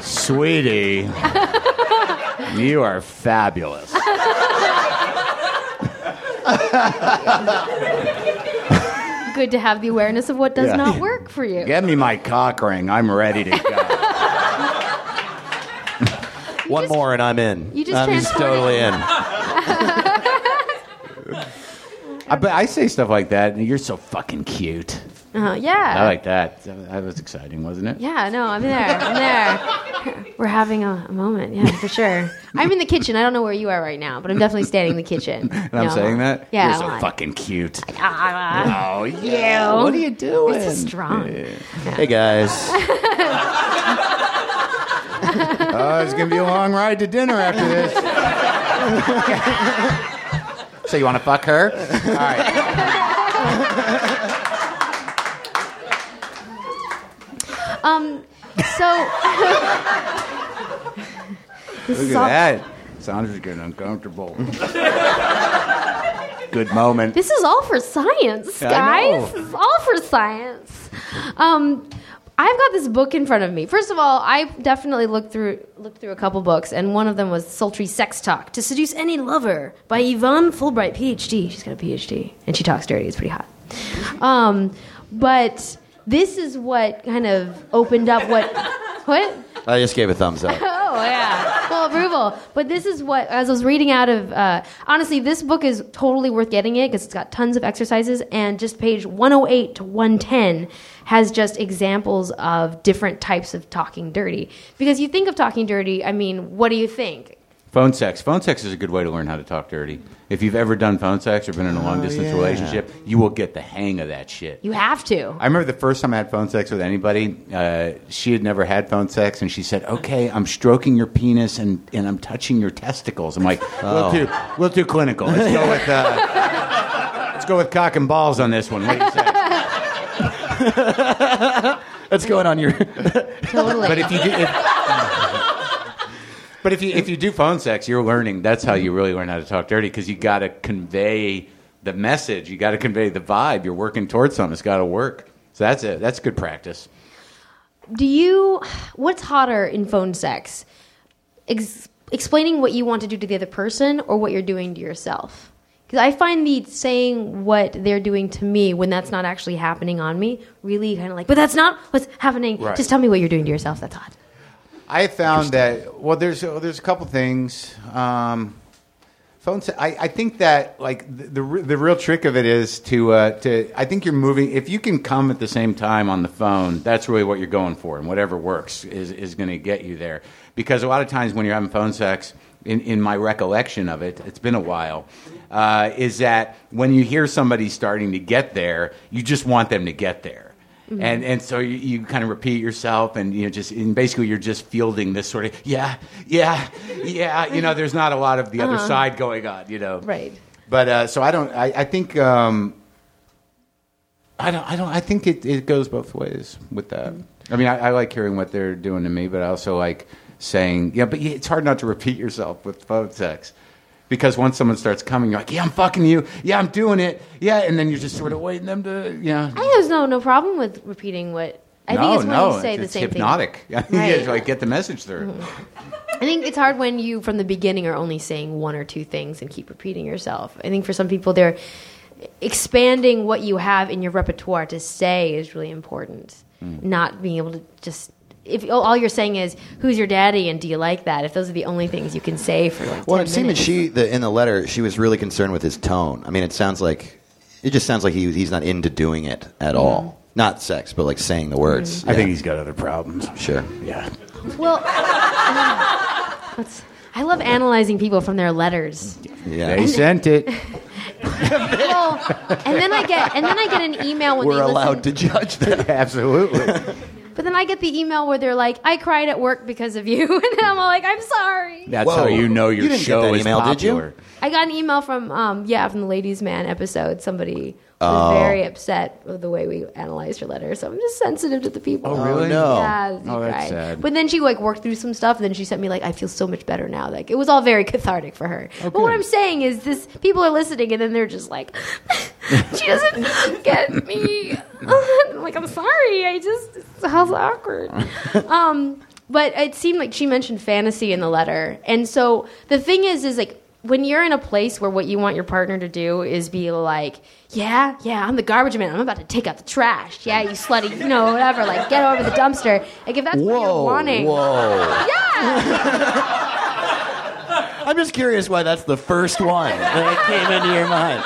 sweetie, you are fabulous. good to have the awareness of what does Yeah. not work for you. Get me my cock ring. I'm ready to go. One just- more and I'm in. you just I'm just transported- totally in. I, but I say stuff like that, and you're so fucking cute. Uh, yeah. I like that. That was exciting, wasn't it? Yeah, no, I'm there. I'm there. We're having a, a moment, yeah, for sure. I'm in the kitchen. I don't know where you are right now, but I'm definitely standing in the kitchen. And And I'm saying that. Yeah. You're so I'm like, fucking cute. "Ah, Oh yeah. What are you doing? you're so strong. Hey guys. Oh, it's gonna be a long ride to dinner after this. So you want to fuck her? All right. Um, so. Look at that. Sandra's getting uncomfortable. Good moment. This is all for science, I guys. know. This is all for science. Um, I've got this book in front of me. First of all, I definitely looked through looked through a couple books, and one of them was "Sultry Sex Talk: To Seduce Any Lover" by Yvonne Fulbright, PhD. She's got a PhD, and she talks dirty. It's pretty hot. Um, but this is what kind of opened up what what I just gave a thumbs up. Oh yeah, full approval. But this is what, as I was reading out of, uh, honestly, this book is totally worth getting it because it's got tons of exercises and just page 108 to 110 has just examples of different types of talking dirty. Because you think of talking dirty, I mean, what do you think? Phone sex. Phone sex is a good way to learn how to talk dirty. If you've ever done phone sex or been in a long distance relationship, you will get the hang of that shit. You have to. I remember the first time I had phone sex with anybody. Uh, she had never had phone sex, and she said, "Okay, I'm stroking your penis and, and I'm touching your testicles." I'm like, "We'll do we'll do clinical. Let's go with uh, let's go with cock and balls on this one." What do you say? That's going on your. Totally. But if you do, if, but if you if you do phone sex, you're learning. That's how you really learn how to talk dirty because you got to convey the message. You got to convey the vibe. You're working towards something. It's got to work. So that's it. That's good practice. do you? What's hotter in phone sex? Ex- explaining what you want to do to the other person or what you're doing to yourself. Because I find the saying what they're doing to me when that's not actually happening on me really kind of like, but that's not what's happening. Right. Just tell me what you're doing to yourself. That's hot. I found that well, there's uh, there's a couple things. Um, phone. se- I, I think that like the the, re- the real trick of it is to uh, to. I think you're moving. If you can come at the same time on the phone, that's really what you're going for, and whatever works is is going to get you there. Because a lot of times when you're having phone sex, in, in my recollection of it, it's been a while, uh, is that when you hear somebody starting to get there, you just want them to get there. Mm-hmm. And and so you, you kind of repeat yourself, and you know, just and basically you're just fielding this sort of yeah, yeah, yeah. You know, there's not a lot of the other side going on. You know, Uh-huh. Right. But uh, so I don't. I, I think um, I don't. I don't. I think it, it goes both ways with that. Mm-hmm. I mean, I, I like hearing what they're doing to me, but I also like saying yeah. But it's hard not to repeat yourself with phone sex. Because once someone starts coming, you're like, "Yeah, I'm fucking you. Yeah, I'm doing it. Yeah," and then you're just sort of waiting them to, yeah. I think there's no, no problem with repeating what. I no, think it's when no, you say it's, the it's same hypnotic. thing. yeah, Right. Mm-hmm. it's like get the message through. I think it's hard when you, from the beginning, are only saying one or two things and keep repeating yourself. I think for some people, they're expanding what you have in your repertoire to say is really important. Mm. Not being able to just. If all you're saying is "Who's your daddy?" and "Do you like that?" If those are the only things you can say for like Well, 10 it seemed that minutes. she the, in the letter she was really concerned with his tone. I mean, it sounds like it just sounds like he he's not into doing it at all. Mm-hmm. Not sex, but like saying the words. I think he's got other problems. sure. Yeah. Well, let's- I love analyzing people from their letters. Yeah. They sent it. Well, and then I get and then I get an email when We're they listen- allowed to judge that. Absolutely. But then I get the email where they're like, "I cried at work because of you," and I'm all like, "I'm sorry." That's Whoa. how you know your You didn't get show that is email, did you? popular. I got an email from um, yeah from the Ladies Man episode. Somebody was Oh. very upset with the way we analyzed her letter, so I'm just sensitive to the people. Oh, really? no. Yeah, Oh, she that's cried. sad. But then she like worked through some stuff, and then she sent me like, "I feel so much better now." Like it was all very cathartic for her. but what good. I'm saying is, this people are listening, and then they're just like, "She doesn't get me." I'm like I'm sorry, I just how's awkward. Um, but it seemed like she mentioned fantasy in the letter, and so the thing is, is like. When you're in a place where what you want your partner to do is be like, yeah, yeah, I'm the garbage man. I'm about to take out the trash. Yeah, you slutty, you know, whatever. Like, get over the dumpster. Like, if that's what you're wanting, whoa. yeah, I'm just curious why that's the first one that came into your mind.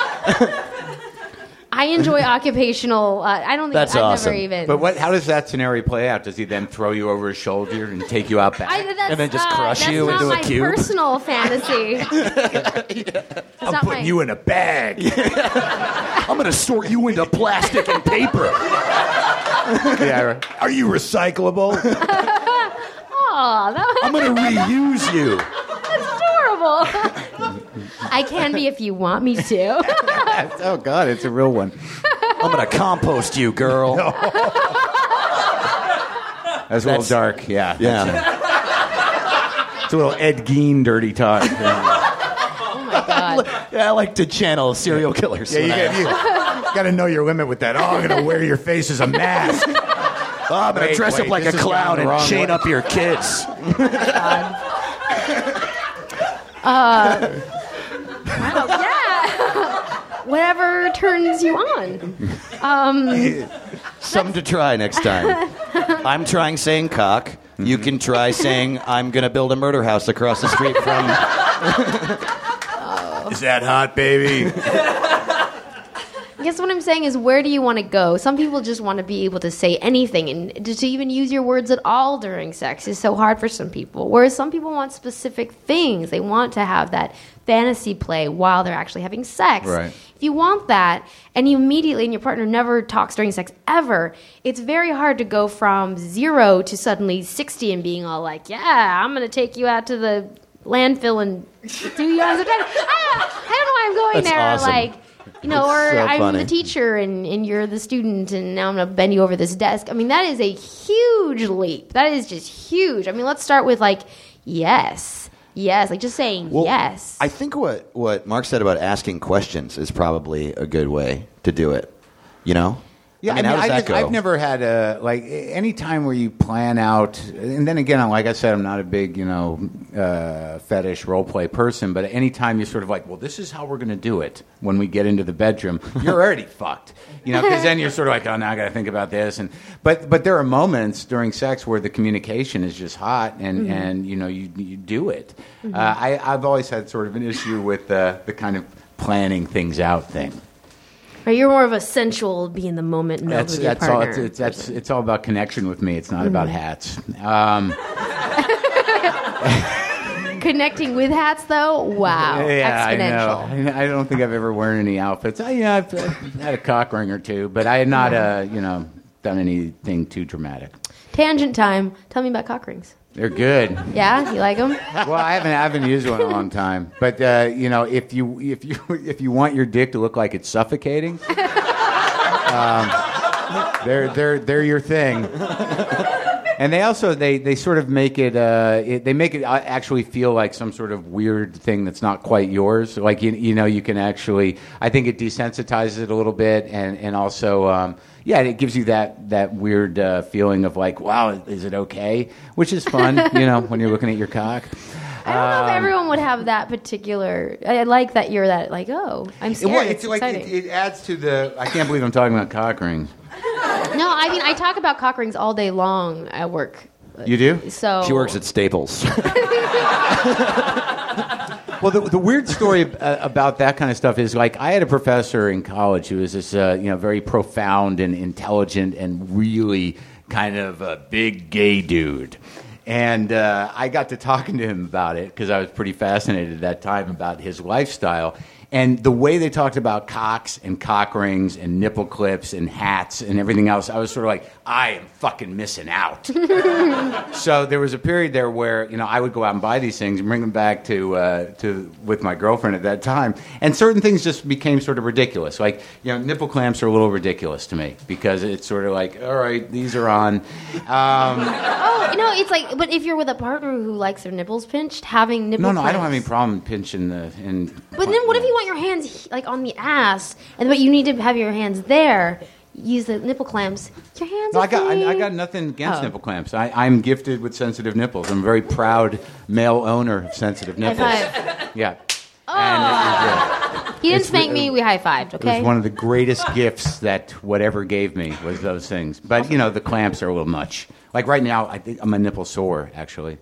I enjoy occupational. Uh, I don't think That's I've awesome. never even. But what? How does that scenario play out? Does he then throw you over his shoulder and take you out back? I, that's, And then just uh, crush that's you not into a my cube? Personal fantasy. That's not Putting my- you in a bag. I'm gonna sort you into plastic and paper. yeah, right. Are you recyclable? Aw, that was I'm gonna reuse you. adorable. I can be if you want me to. Oh God, it's a real one. I'm gonna compost you, girl. That's a little dark. Yeah. Yeah. It's a little Ed Gein dirty talk. God. Yeah, I like to channel serial killers. Yeah, you when I- got, you got to know your limit with that. Oh, I'm going to wear your face as a mask. Oh, I'm gonna Wait, dress wait, up like a this has gone clown the and wrong chain way. up your kids. yeah. Whatever turns you on. Something to try next time. I'm trying saying cock. You can try saying I'm gonna build a murder house across the street from. Is that hot, baby? I guess what I'm saying is, where do you want to go? Some people just want to be able to say anything, and to to even use your words at all during sex is so hard for some people. Whereas some people want specific things. They want to have that fantasy play while they're actually having sex. Right. If you want that, and you immediately, and your partner never talks during sex ever, it's very hard to go from zero to suddenly 60 and being all like, yeah, I'm going to take you out to the landfill and do you as a I, don't- I don't know why I'm going That's there. awesome. Like, you know, or That's so I'm funny. the teacher and, and you're the student and now I'm going to bend you over this desk. I mean, that is a huge leap. That is just huge. I mean, let's start with like, yes, yes, like just saying Well, yes. I think what, what Mark said about asking questions is probably a good way to do it. You know? Yeah, I mean, how does that just- go? I've never had a like a- any time where you plan out, and then again, like I said, I'm not a big you know uh, fetish role play person, but any time you're sort of like, well, this is how we're going to do it when we get into the bedroom, you're already fucked, you know, because then you're sort of like, oh, now I got to think about this, and but but there are moments during sex where the communication is just hot, and Mm-hmm. and you know you you do it. Uh, I I've always had sort of an issue with uh, the kind of planning things out thing. Or you're more of a sensual, be in the moment mode That's with your that's all. partner. Mm-hmm. It's, it's, that's it's all about connection with me. It's not about hats. Um, Connecting with hats, though, wow, Uh, yeah, I know. exponential. I know. I don't think I've ever worn any outfits. I, yeah, I've, I've had a cock ring or two, but I had not, uh, Mm-hmm. you know, done anything too dramatic. Tangent time. Tell me about cock rings. They're good. Yeah, you like them? Well, I haven't I haven't used one in a long time, but uh, you know, if you if you if you want your dick to look like it's suffocating. Um, they're, they're, they're your thing. and they also they, they sort of make it, uh, it they make it uh, actually feel like some sort of weird thing that's not quite yours like you, you know you can actually i think it desensitizes it a little bit and, and also um, yeah it gives you that that weird uh, feeling of like wow is it okay which is fun you know when you're looking at your cock I don't Um, know if everyone would have that particular. I I like that you're that like, oh, I'm scared. well, it's, it's like exciting. it, it adds to the. I can't believe I'm talking about cock rings. no, I mean I talk about cock rings all day long at work. You do? So she works at Staples. Well, the, the weird story ab- uh, about that kind of stuff is like I had a professor in college who was this, uh, you know, very profound and intelligent and really kind of a big gay dude. And uh, I got to talking to him about it because I was pretty fascinated at that time about his lifestyle. And the way they talked about cocks and cock rings and nipple clips and hats and everything else, I was sort of like, I am fucking missing out. So there was a period there where you know I would go out and buy these things and bring them back to uh, to with my girlfriend at that time, and certain things just became sort of ridiculous. Like you know, nipple clamps are a little ridiculous to me because it's sort of like, all right, these are on. Oh no, it's like, but if you're with a partner who likes their nipples pinched, having nipple. No, no, I don't have clamps- any problem pinching the. In, But then, what if you want your hands he- like on the ass, and but you need to have your hands there? Use the nipple clamps. Your hands. No, are I got free. I, I got nothing against Oh. nipple clamps. I, I'm gifted with sensitive nipples. I'm a very proud male owner of sensitive High nipples. five. Yeah. Oh. And it was, uh, He didn't It's spank re- me. We high fived. It Okay. was one of the greatest gifts that whatever gave me was those things. But you know, the clamps are a little much. Like right now, I think I'm a nipple sore actually.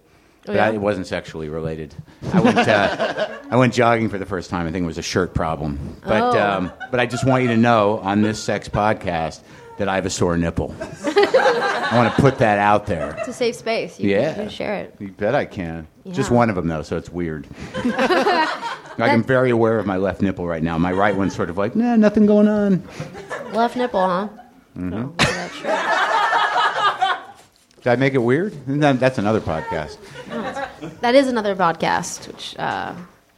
But I, Oh, yeah? it wasn't sexually related. I went, uh, I went jogging for the first time. I think it was a shirt problem. But, Oh. um, but I just want you to know on this sex podcast that I have a sore nipple. I want to put that out there. It's a safe space. You, Yeah. You can share it. You bet I can. Just Yeah. one of them, though, so it's weird. like, I'm very aware of my left nipple right now. My right one's sort of like, nah, nothing going on. Left nipple, huh? Mm-hmm. Oh, that's true. Did I make it weird? No, That's another podcast. That is another podcast, which uh,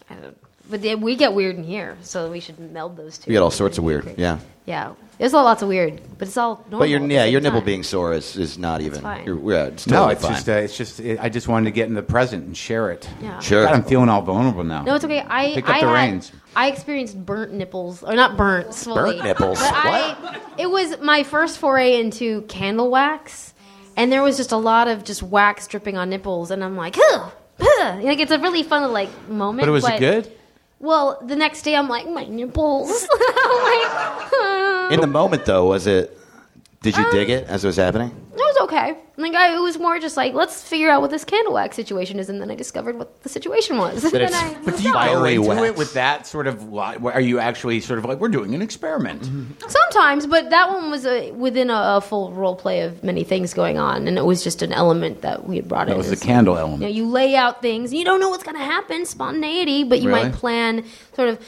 I don't- But then we get weird in here, so we should meld those two. We get all sorts of weird. Yeah. Yeah, there's all lots of weird, but it's all normal. But your at the yeah, same your nibble time. being sore is, is not even. fine. You're, yeah, it's No, totally it's fine. just, uh, it's just. It, I just wanted to get in the present and share it. Yeah. Sure. God, I'm feeling all vulnerable now. No, it's okay. I Pick up I the had- reins. I experienced burnt nipples, or not burnt, swollen. Burnt nipples? But I, it was my first foray into candle wax, and there was just a lot of just wax dripping on nipples, and I'm like, "Ugh, ugh." like it's a really fun like moment. But it was good. Well, the next day I'm like, my nipples. I'm like, um, "Ugh." Oh. In the moment, though, was it? Did you Um, dig it as it was happening? it was okay. Like I, it was more just like, let's figure out what this candle wax situation is, and then I discovered what the situation was. and it's- I, But do you go Fiery into wax. it with that sort of? li- Are you actually sort of like we're doing an experiment? Mm-hmm. Sometimes, but that one was a, within a, a full role play of many things going on, and it was just an element that we had brought in. That was the It's- candle You, know, element. you lay out things, you don't know what's going to happen, spontaneity, but you Really? might plan sort of.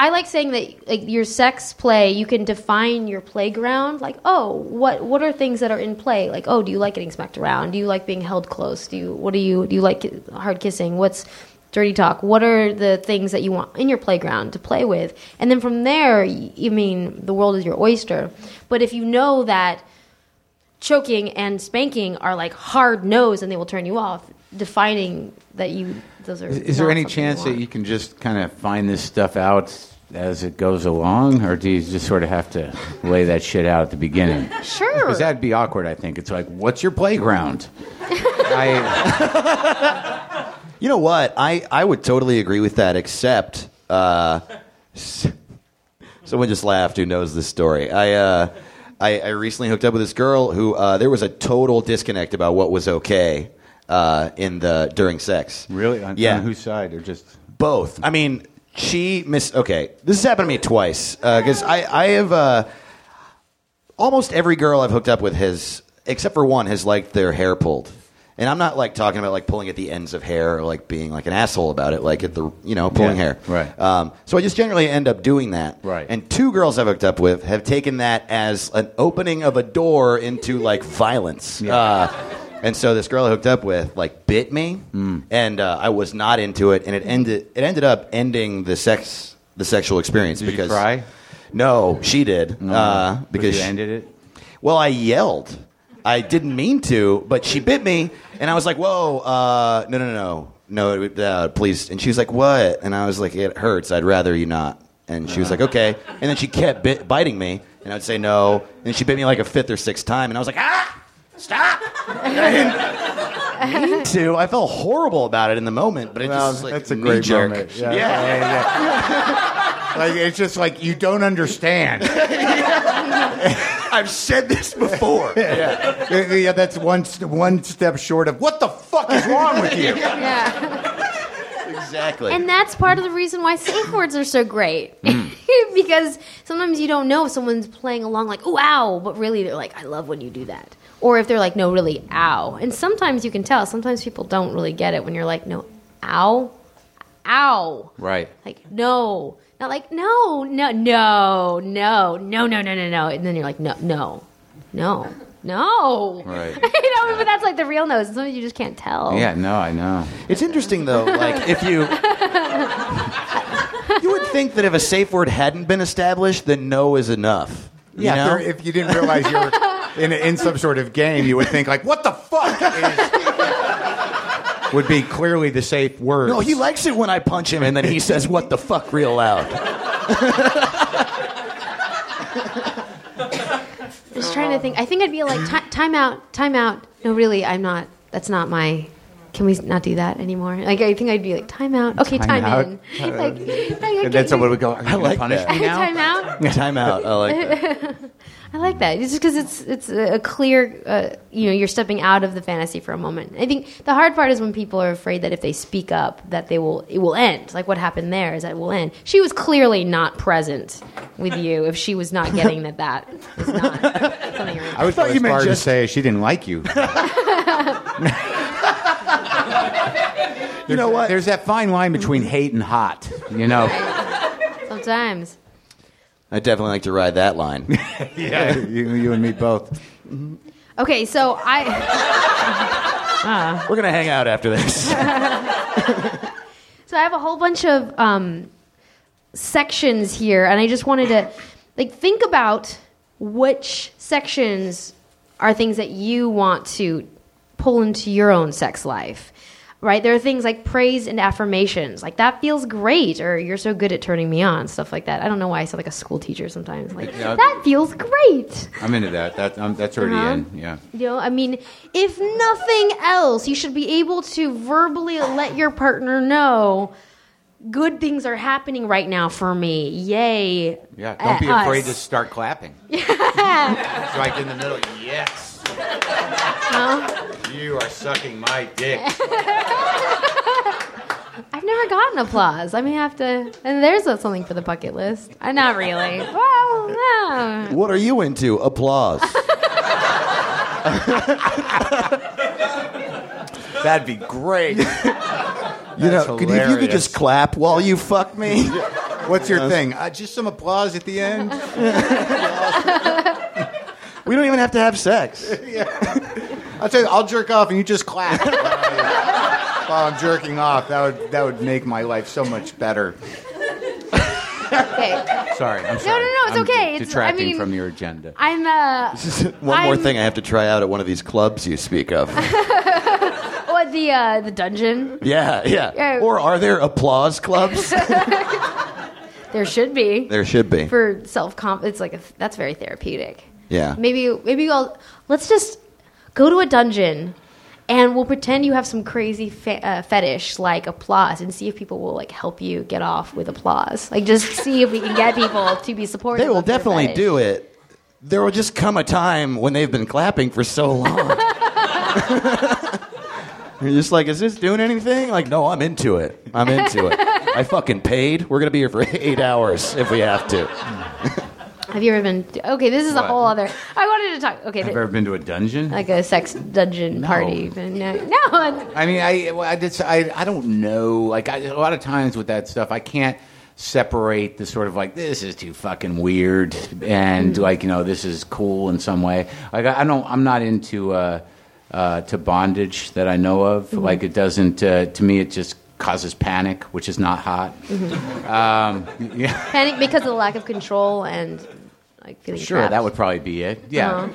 I like saying that like your sex play, you can define your playground. Like, oh, what what are things that are in play? Like, oh, do you like getting smacked around? Do you like being held close? Do you what do you do you like hard kissing? What's dirty talk? What are the things that you want in your playground to play with? And then from there, y- I mean, the world is your oyster. But if you know that choking and spanking are like hard no's and they will turn you off defining that you those are Is there any chance that you can just kind of find this stuff out as it goes along, or do you just sort of have to lay that shit out at the beginning? sure Because that'd be awkward. I think it's like, what's your playground? I, You know what? I, I would totally agree with that, except uh, s- someone just laughed who knows this story. I, uh, I, I recently hooked up with this girl who uh, there was a total disconnect about what was okay uh, in the during sex. really? On, yeah. On whose side? Or just both. I mean, she miss. Okay, this has happened to me twice because I I have uh, almost every girl I've hooked up with has, except for one, has liked their hair pulled. And I'm not like talking about like pulling at the ends of hair or like being like an asshole about it, like at the you know pulling Yeah, hair. right. Um, so I just generally end up doing that. Right. And two girls I've hooked up with have taken that as an opening of a door into like violence. Uh, and so this girl I hooked up with like bit me, Mm. and uh, I was not into it, and it ended. It ended up ending the sex, the sexual experience you because. cry? No, she did. Uh, because you she- ended it. well, I yelled. I didn't mean to, but she bit me, and I was like, "Whoa, uh, no, no, no, no, uh, please!" And she was like, "What?" And I was like, "It hurts. I'd rather you not." And she was Uh-huh. like, "Okay." And then she kept bit, biting me, and I'd say no, and she bit me like a fifth or sixth time, and I was like, "Ah, stop!" And I didn't mean to. I felt horrible about it in the moment, but it Well, just like that's a great knee-jerk. moment. Yeah. Yeah. like it's just like you don't understand. I've said this before. yeah, yeah, that's one st- one step short of what the fuck is wrong with you. yeah exactly. and that's part of the reason why safe words are so great Hmm. because sometimes you don't know if someone's playing along like oh ow but really they're like i love when you do that or if they're like no really ow and sometimes you can tell sometimes people don't really get it when you're like no ow ow Right. like no not like no no no no no no no no no and then you're like no no no no Right. you know but that's like the real nose and sometimes you just can't tell Yeah. No, I know. It's interesting though, like if you You would think that if a safe word hadn't been established, then no is enough. You Yeah, know? if, you're- if you didn't realize you were in, in some sort of game, you would think like, "What the fuck?" is- would be clearly the safe word. no, Oh, he likes it when I punch him and then he says what the fuck real loud. i'm just trying to think i think i'd be like "Ti- time out time out no really i'm not that's not my can we not do that anymore like i think i'd be like time out okay Time time, out. in like, And then someone would go, "Are you going to like punish that. me now?" time out Time out. I like that. I like that. It's just because it's it's a a clear, uh, you know, you're stepping out of the fantasy for a moment. I think the hard part is when people are afraid that if they speak up, that they will it will end. Like what happened there is that it will end. She was clearly not present with you if she was not getting that that is not something. You're I would thought go you as meant far just- to say she didn't like you. You know what? There's that fine line between hate and hot. You know. sometimes. I definitely like to ride that line. yeah, you, you and me both. Okay, so I. We're gonna hang out after this. So I have a whole bunch of um, sections here, and I just wanted to like think about which sections are things that you want to pull into your own sex life. Right? There are things like praise and affirmations. Like that feels great or you're so good at turning me on, stuff like that. I don't know why I sound like a school teacher sometimes. Like Yeah. that feels great. I'm into that. That um, that's already Uh-huh. in. Yeah. You know, I mean, if nothing else, you should be able to verbally let your partner know good things are happening right now for me. Yay. Yeah. at Don't be afraid us. to start clapping. Yeah. it's like in the middle. Yes. You are sucking my dick. I've never gotten applause. I may have to. And there's a- something for the bucket list. Uh, not really. Well, no. What are you into? Applause. That'd be great. you know, That's could, if you could hilarious. just clap while you fuck me. What's your thing? Uh, just some applause at the end. we don't even have to have sex. I'll tell you, I'll jerk off and you just clap. While I'm jerking off, that would that would make my life so much better. Okay. Sorry. I'm sorry. no, no, it's I'm okay. de- It's- I Detracting mean- from your agenda. I'm, uh, One more I'm- thing I have to try out at one of these clubs you speak of. what, the, uh, the dungeon? yeah, yeah. Yeah. Or are there applause clubs? There should be. there should be. for self comp it's like a, that's very therapeutic Yeah. maybe maybe i'll let's just go to a dungeon and we'll pretend you have some crazy fe- uh, fetish like applause and see if people will like help you get off with applause like just see if we can get people to be supportive They will of your definitely fetish. do it. There will just come a time when they've been clapping for so long. You're just like, is this doing anything? Like, no, I'm into it. I'm into it. I fucking paid. We're gonna be here for eight hours if we have to. have you ever been okay this is a What? whole other i wanted to talk okay Have th- you ever been to a dungeon? like a sex dungeon party but no, no I mean, I well, I, just, I I don't know. Like I, a lot of times with that stuff, I can't separate the sort of like this is too fucking weird and like you know this is cool in some way. Like I, I don't, I'm not into uh, uh, to bondage that I know of. Like it doesn't uh, to me. It just causes panic, which is not hot. Um, yeah. panic because of the lack of control and like feeling Sure, trapped. that would probably be it. Yeah.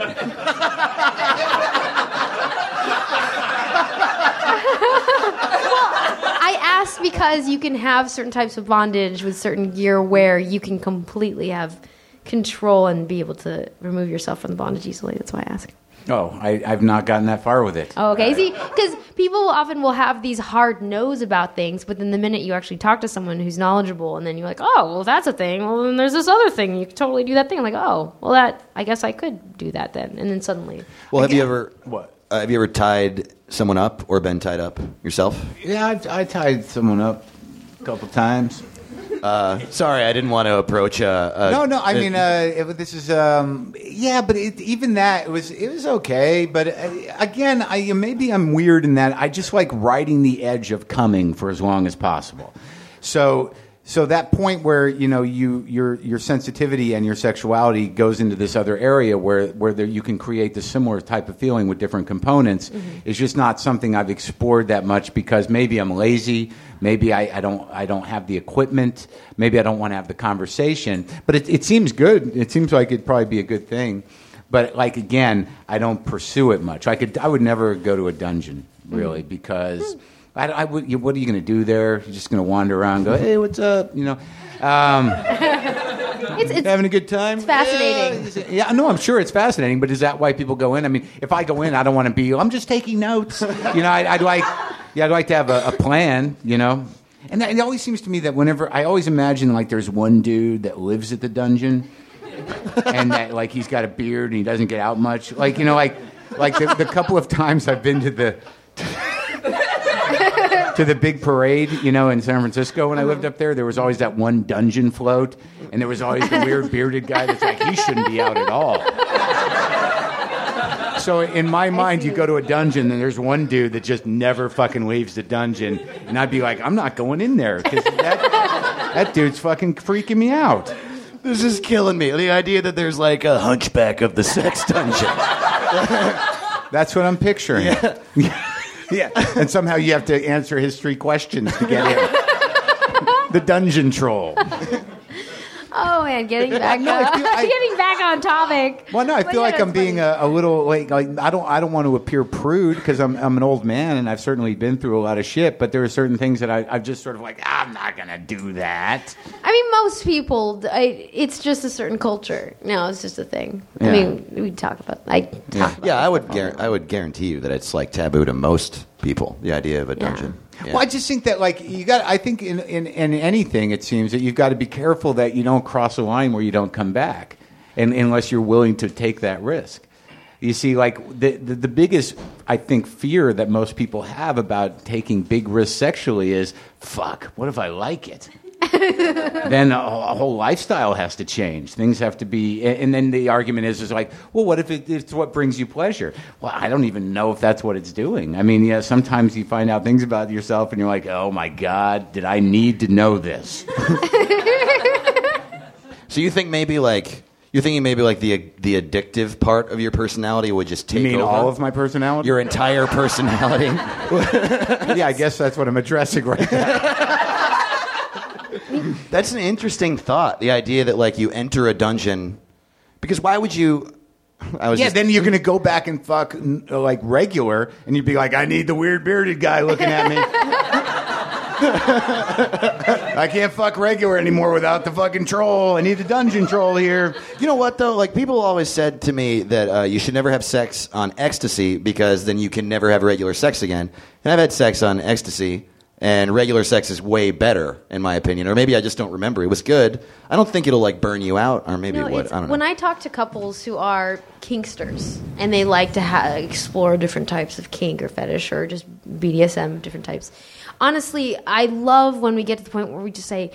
I asked because you can have certain types of bondage with certain gear where you can completely have control and be able to remove yourself from the bondage easily. That's why I asked. Oh, I, I've not gotten that far with it. Oh, okay. See, because people will often will have these hard no's about things, but then the minute you actually talk to someone who's knowledgeable, and then you're like, oh, well, that's a thing. Well, then there's this other thing. You could totally do that thing. like, oh, well, that I guess I could do that then. And then suddenly, Well, have you ever What? Uh, have you ever tied someone up or been tied up yourself? Yeah, I, I tied someone up a couple times. Sorry, I didn't want to approach. Uh, uh, No, no. I mean, uh, it- this is um, yeah, but it, even that it was it was okay. But uh, again, I maybe maybe I'm weird in that I just like riding the edge of coming for as long as possible. So so that point where you know you your your sensitivity and your sexuality goes into this other area where where there, you can create this similar type of feeling with different components Mm-hmm. is just not something I've explored that much because maybe I'm lazy, maybe I, I don't I don't have the equipment, maybe I don't want to have the conversation. But it, it seems good. It seems like it'd probably be a good thing. But like again, I don't pursue it much. I could, I would never go to a dungeon really because I, I would. You, what are you going to do there? You're just going to wander around, and go, hey, what's up? You know, it's it's having a good time. It's fascinating. Yeah, no, I'm sure it's fascinating. But is that why people go in? I mean, if I go in, I don't want to be. I'm just taking notes. You know, I, I'd like, yeah, I'd like to have a, a plan. You know. And that, it always seems to me that whenever I always imagine like there's one dude that lives at the dungeon, and that like he's got a beard and he doesn't get out much. Like you know, like like the, the couple of times I've been to the to the big parade, you know, in San Francisco when I lived up there, there was always that one dungeon float, and there was always the weird bearded guy that's like he shouldn't be out at all. So in my mind, you go to a dungeon, and there's one dude that just never fucking leaves the dungeon, and I'd be like, I'm not going in there because that, that dude's fucking freaking me out. this is killing me. The idea that there's like a hunchback of the sex dungeon. That's what I'm picturing. Yeah. And somehow you have to answer his three questions to get in. the dungeon troll. Oh man, getting back No, I up. feel- I- getting back on topic. Well, no, I But feel yeah, like I'm it's funny. being a, a little like like I don't I don't want to appear prude because I'm I'm an old man and I've certainly been through a lot of shit. But there are certain things that I, I've just sort of like I'm not gonna do that. I mean, most people. I, it's just a certain culture. No, it's just a thing. I Yeah. mean, we talk about. I talk about. Yeah, I would. Guar- I would guarantee you that it's like taboo to most people. The idea of a dungeon. Yeah. Well, I just think that like you got. I think in, in in anything, it seems that you've got to be careful that you don't cross a line where you don't come back, and unless you're willing to take that risk. You see, like the, the the biggest I think fear that most people have about taking big risks sexually is fuck. What if I like it? then a, a whole lifestyle has to change. Things have to be, and and then the argument is, is like, well, what if it, it's what brings you pleasure? Well, I don't even know if that's what it's doing. I mean, yeah, sometimes you find out things about yourself, and you're like, oh my god, did I need to know this? So you think maybe like you're thinking maybe like the the addictive part of your personality would just take You mean over all of my personality? your entire personality. yeah, I guess that's what I'm addressing right now. That's an interesting thought. The idea that like you enter a dungeon, because why would you? I was yeah, just- then you're gonna go back and fuck n- like regular, and you'd be like, I need the weird bearded guy looking at me. I can't fuck regular anymore without the fucking troll. I need the dungeon troll here. You know what though? Like people always said to me that uh, you should never have sex on ecstasy because then you can never have regular sex again. And I've had sex on ecstasy, and regular sex is way better in my opinion. Or maybe I just don't remember. It was good. I don't think it'll like burn you out, or maybe No, it would. it's, I don't know. when I talk to couples who are kinksters and they like to ha- explore different types of kink or fetish or just BDSM, different types. Honestly, I love when we get to the point where we just say,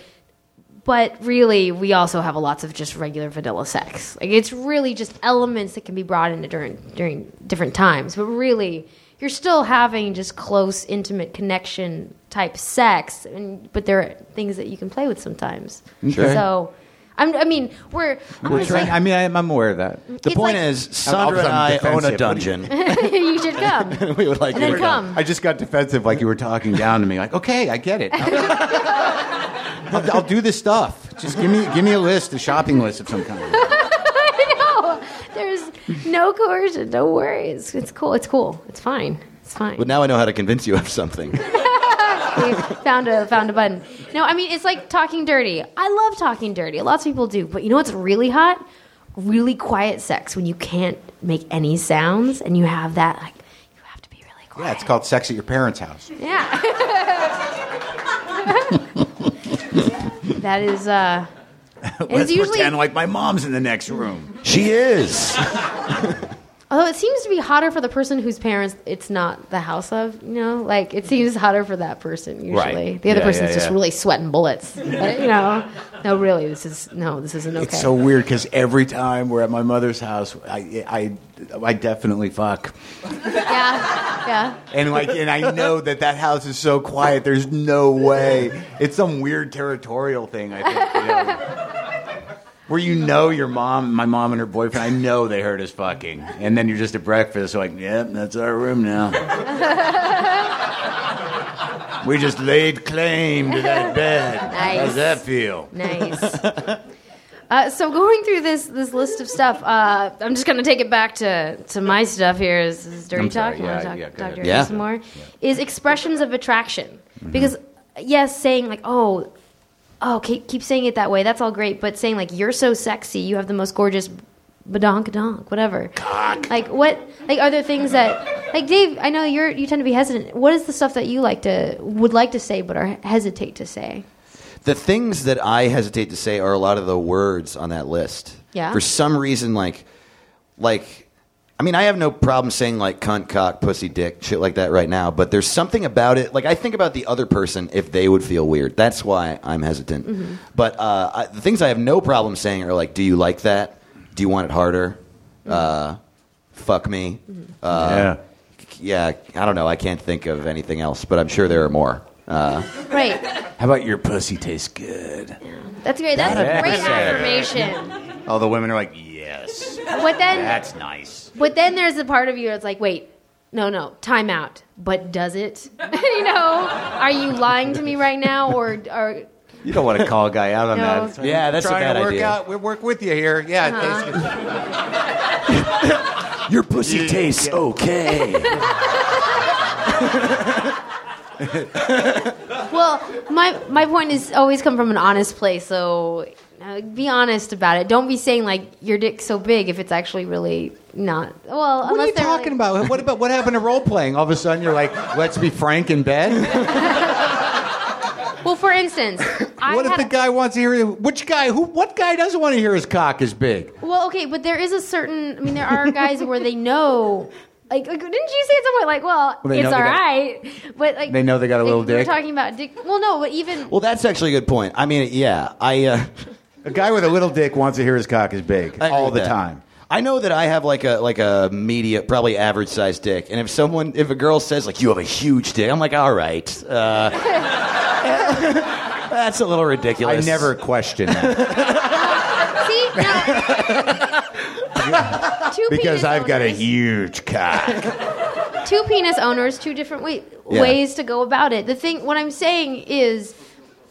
but really, we also have lots of just regular vanilla sex. Like it's really just elements that can be brought into during during different times. But really, you're still having just close, intimate connection type sex, and but there are things that you can play with sometimes. Sure. So, I'm, I mean, we're honestly, I mean, I'm, I'm aware of that. the it's point like- is, Sandra I'm and I own a defensive. What do you- dungeon. you should come. we would like And you then to come. I just got defensive, like you were talking down to me. Like, okay, I get it. I'll, I'll, I'll do this stuff. Just give me give me a list, a shopping list of some kind. I know. There's no coercion. Don't worry. It's, it's cool. It's cool. It's fine. It's fine. But now I know how to convince you of something. We found a found a button. No, I mean it's like talking dirty. I love talking dirty. Lots of people do. But you know what's really hot? Really quiet sex when you can't make any sounds and you have that like you have to be really Yeah, quiet. it's called sex at your parents' house. Yeah. that is uh Let's usually- pretend like my mom's in the next room. she is. Although it seems to be hotter for the person whose parents it's not the house of, you know, like it seems hotter for that person usually. Right. The other Yeah, person's yeah, just yeah. really sweating bullets, you know. No, really, this is no, this isn't okay. It's so weird because every time we're at my mother's house, I, I, I definitely fuck. yeah, yeah. And like, and I know that that house is so quiet. There's no way. It's some weird territorial thing. I think. you know, Where you know your mom, my mom and her boyfriend, I know they heard us fucking, and then you're just at breakfast, like, yep, that's our room now. we just laid claim to that bed. How Nice. does that feel? Nice. Uh, so going through this this list of stuff, uh, I'm just gonna take it back to, to my stuff here. Is, is dirty I'm sorry, talk? You wanna yeah, talk, yeah, go talk ahead. Mm-hmm. dirty Yeah. some more? Is expressions of attraction because yes, saying like oh. Oh, keep, keep saying it that way. That's all great, but saying like you're so sexy, you have the most gorgeous badonk donk, whatever. Like what? Like are there things that like Dave? I know you're you tend to be hesitant. What is the stuff that you like to would like to say but are hesitate to say? the things that I hesitate to say are a lot of the words on that list. Yeah. For some reason, like, like, I mean, I have no problem saying like cunt, cock, pussy, dick, shit like that right now. But there's something about it. Like, I think about the other person if they would feel weird. That's why I'm hesitant. Mm-hmm. But uh, I, the things I have no problem saying are like, do you like that? Do you want it harder? Mm-hmm. Uh, fuck me. Uh, Yeah. yeah. I don't know. I can't think of anything else, but I'm sure there are more. Uh, Right. How about your pussy tastes good? That's great. That's That a great is- affirmation. All the women are like, yes, But then, that's nice. but then there's a part of you that's like, wait, no, no, time out. But does it? you know, are you lying to me right now, or or You don't want to call a guy out on No. that. It's like, Yeah, that's a trying to bad work idea. Out. We work with you here. Yeah. thanks. Your pussy tastes okay. Well, my my point is always come from an honest place. So uh, be honest about it. Don't be saying like your dick's so big if it's actually really not. Well, What are unless you they're talking like- about? What about what happened to role playing? All of a sudden, you're like, let's be frank in bed. Well, for instance, I What if had the guy wants to hear? Which guy? Who? What guy doesn't want to hear his cock is big? Well, okay, but there is a certain. I mean, there are guys where they know. Like, like, didn't you say at some point, like, well, Well, they it's know all they got- right, but like They know they got a like, little We're dick. talking about dick. Well, no, but even well, that's actually a good point. I mean, yeah, I. Uh, A guy with a little dick wants to hear his cock is big I agree all with the that. time. I know that I have like a like a media, probably average sized dick, and if someone, if a girl says like you have a huge dick, I'm like, all right, uh, that's a little I ridiculous. never question that see now, two because penis I've got a owners- huge cock. two penis owners, two different way, Yeah. ways to go about it. The thing, what I'm saying is,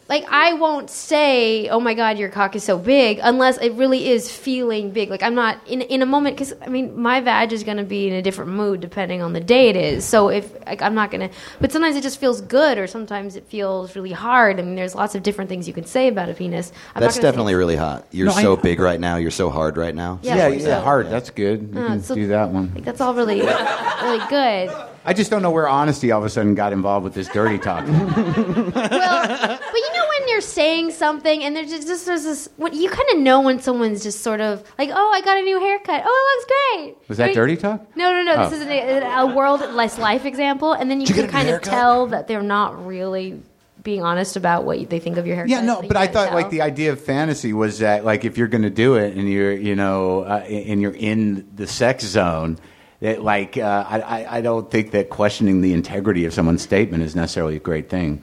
like, I won't say, "Oh my God, your cock is so big," unless it really is feeling big. Like, I'm not in in a moment because I mean, my vag is going to be in a different mood depending on the day it is. So if like, I'm not going to, but sometimes it just feels good, or sometimes it feels really hard. I mean, there's lots of different things you can say about a penis. I'm not That's gonna say- definitely really hot. You're No, I- so big right now. You're so hard right now. Yeah. Yeah, like yeah, that. hard. That's good. You can it's a- do that one. Like, that's all really, really good. I just don't know where honesty all of a sudden got involved with this dirty talk. well, but you know when you're saying something and there's just, just there's this what you kind of know when someone's just sort of like, oh, I got a new haircut. Oh, it looks great. Was that Wait- dirty talk? No, no, no. Oh. This is a, a world less life example, and then you Did you can get a new kind of haircut? tell that they're not really being honest about what they think of your haircut. Yeah, no, you but I can't thought like tell. the idea of fantasy was that like if you're going to do it and you're you know uh, and you're in the sex zone, that like uh, I I- I don't think that questioning the integrity of someone's statement is necessarily a great thing.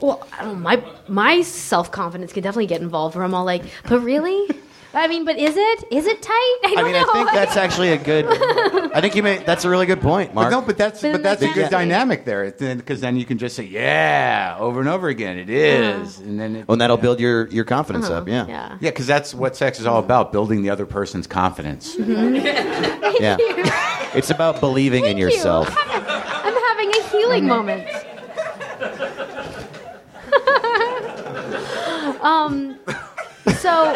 Well, I don't know, my my self confidence can definitely get involved where I'm all like, but really. I mean, but is it is it tight? I don't I mean, know. I think that's actually a good. I think you made that's a really good point, Mark. But no, but that's But but, then that's a that's good fantasy. dynamic there because then you can just say yeah over and over again. It is, and then it, and that'll build your your confidence up. Yeah. yeah. yeah, because that's what sex is all about: building the other person's confidence. Mm-hmm. Yeah. It's about believing in Thank you. yourself. I'm having- I'm having a healing moment. um, so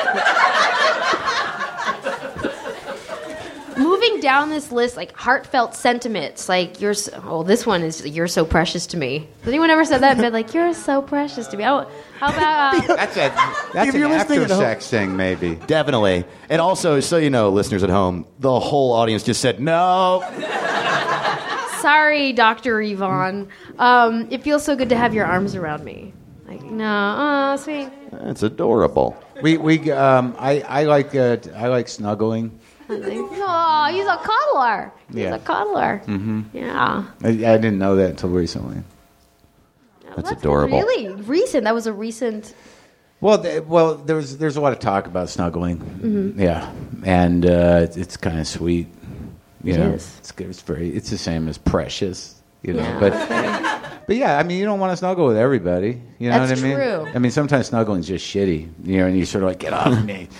moving down this list, like heartfelt sentiments, like you're. So, well, this one is you're so precious to me. Has anyone ever said that? in bed? like you're so precious to me. How, how about? Uh, That's a that's If an you're listening after at home- sex thing, maybe. Definitely. And also, so you know, listeners at home, the whole audience just said no. sorry, Doctor Yvonne. Um, it feels so good to have your arms around me. Like no, oh sweet. That's adorable. We we um I I like uh, I like snuggling. Oh, he's a coddler. He's Yeah. a coddler. Mm-hmm. Yeah. I, I didn't know that until recently. That's adorable. Really recent. That was a recent. Well, th- well, there's there's a lot of talk about snuggling. Mm-hmm. Yeah, and uh, it's, it's kind of sweet. You It know, is. It's, good- it's very it's the same as precious. You know, Yeah. but but yeah, I mean, you don't want to snuggle with everybody. You know That's what I mean? true. I mean, sometimes snuggling's just shitty. You know, and you're sort of like, get off me.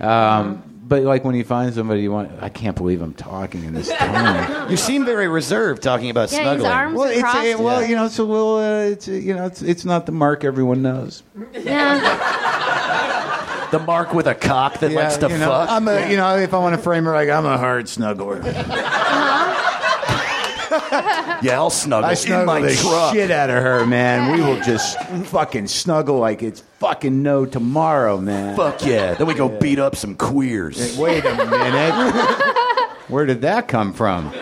Um, but like when you find somebody, you want. I can't believe I'm talking in this tone. You seem very reserved talking about Yeah, his snuggling. arms Well, are it's crossed. a, well, you know, it's a little, uh, it's a, you know, it's it's not the mark everyone knows. yeah. The mark with a cock that likes to you know, fuck. I'm a, you know, if I want to frame her like I'm a hard snuggler. yeah, I'll snuggle I in snuggle my the truck. shit out of her, man. We will just fucking snuggle like it's fucking no tomorrow, man. Fuck yeah. Then we go beat up some queers. Wait a minute. Where did that come from? No,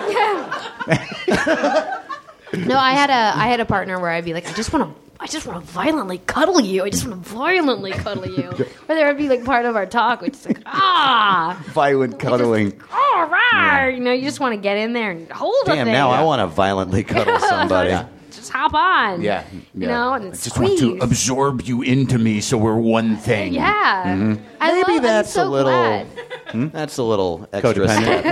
I had a I had a partner where I'd be like, I just want to. I just want to violently cuddle you. I just want to violently cuddle you. Or there would be like part of our talk, which is like, ah, Violent cuddling. all right. You know, you just want to get in there and hold a Damn, thing. now I want to violently cuddle somebody. Just hop on. Yeah, You yeah. know, and Just want squeeze. to absorb you into me so we're one thing. yeah. I Mm-hmm. love, Maybe I'm that's so a little. glad. That's a little extra Codependent. step.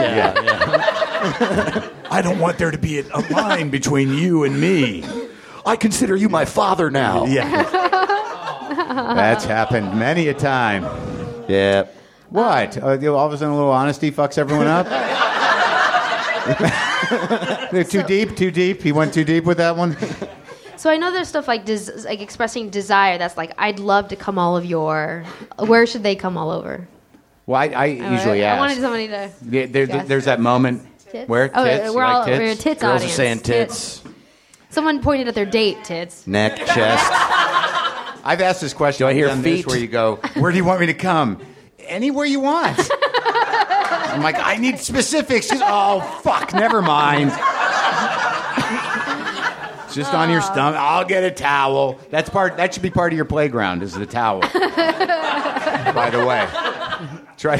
yeah. I don't want there to be a, a line between you and me. I consider you my father now. Yeah. That's happened many a time. Yeah. What? Um, Uh, you know, all of a sudden, a little honesty fucks everyone up. They're too deep. Too deep. He went too deep with that one. So I know there's stuff like des- like expressing desire. That's like I'd love to come all of your. Where should they come all over? Well, I, I usually Oh, I, ask. wanted somebody to. Yeah, there, Yes. There's that moment Tits? where tits. Oh, You we're like all tits? we're a tits Girls audience. are saying tits, Someone pointed at their date tits. neck, chest. I've asked this question. Do I I've hear done this feet? where you go, where do you want me to come? Anywhere you want. I'm like, I need specifics. She's, oh fuck, never mind. It's Just on your stomach. I'll get a towel. That's part. That should be part of your playground. Is the towel. By the way, try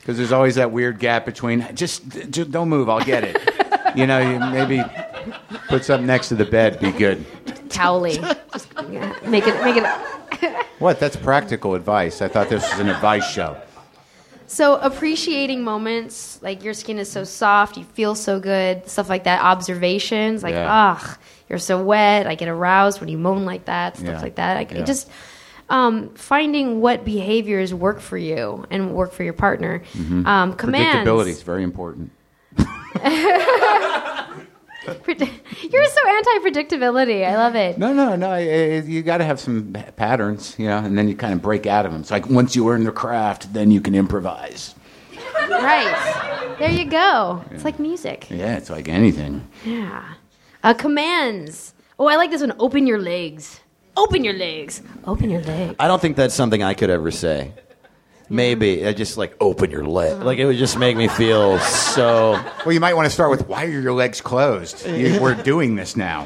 because there's always that weird gap between just, just don't move. I'll get it. You know, you maybe put something next to the bed. Be good. Cowley. Just, yeah, make it make it. What? That's practical advice. I thought this was an advice show. So appreciating moments, like your skin is so soft, you feel so good, stuff like that. Observations, like Yeah. ugh, you're so wet. I get aroused when you moan like that, stuff Yeah. like that. Like, Yeah. it Just um, finding what behaviors work for you and work for your partner. Um, commands. Mm-hmm. Predictability is very important. Predi- You're so anti-predictability. I love it. No, no, no. I- I- You got to have some p- patterns, you know, and then you kind of break out of them. It's like once you learn the craft, then you can improvise. Right. There you go. It's like music. Yeah, it's like anything. Yeah. Uh, commands. Oh, I like this one. Open your legs. Open your legs. Open your legs. I don't think that's something I could ever say. Maybe I just like open your leg. Like it would just make me feel so. Well, you might want to start with why are your legs closed? You, we're doing this now.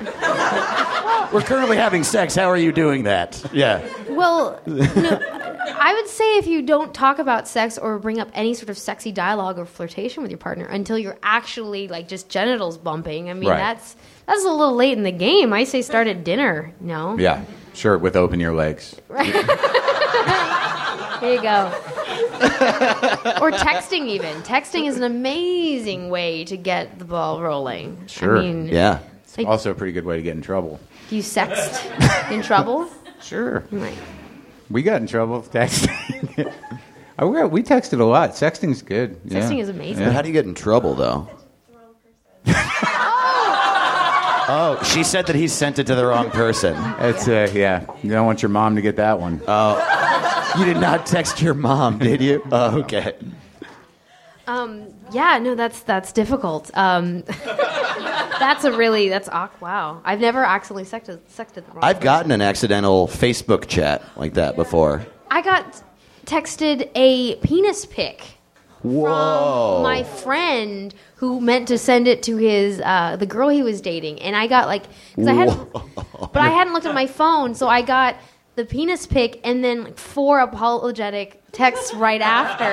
We're currently having sex. How are you doing that? Yeah. Well, no, I would say if you don't talk about sex or bring up any sort of sexy dialogue or flirtation with your partner until you're actually like just genitals bumping. I mean, Right. that's that's a little late in the game. I say start at dinner. No. Yeah, sure, with open your legs. There you go. or texting, even. Texting is an amazing way to get the ball rolling. Sure, I mean, Yeah. Also, a pretty good way to get in trouble. You sexed in trouble? Sure. Right. We got in trouble with texting. I- we we texted a lot. Sexting's good. yeah. Texting is amazing. But how do you get in trouble though? oh, she said that he sent it to the wrong person. It's uh, yeah. You don't want your mom to get that one. You did not text your mom, did you? Oh, okay. Yeah, no, that's that's difficult. Um, that's a really that's awk. Wow, I've never accidentally sexted sexted the wrong. I've gotten an accidental Facebook chat like that before. I got texted a penis pic Whoa. Oh. from my friend who meant to send it to his uh, the girl he was dating, and I got like because I hadn't, but I hadn't looked at my phone, so I got the penis pic and then like four apologetic texts right after,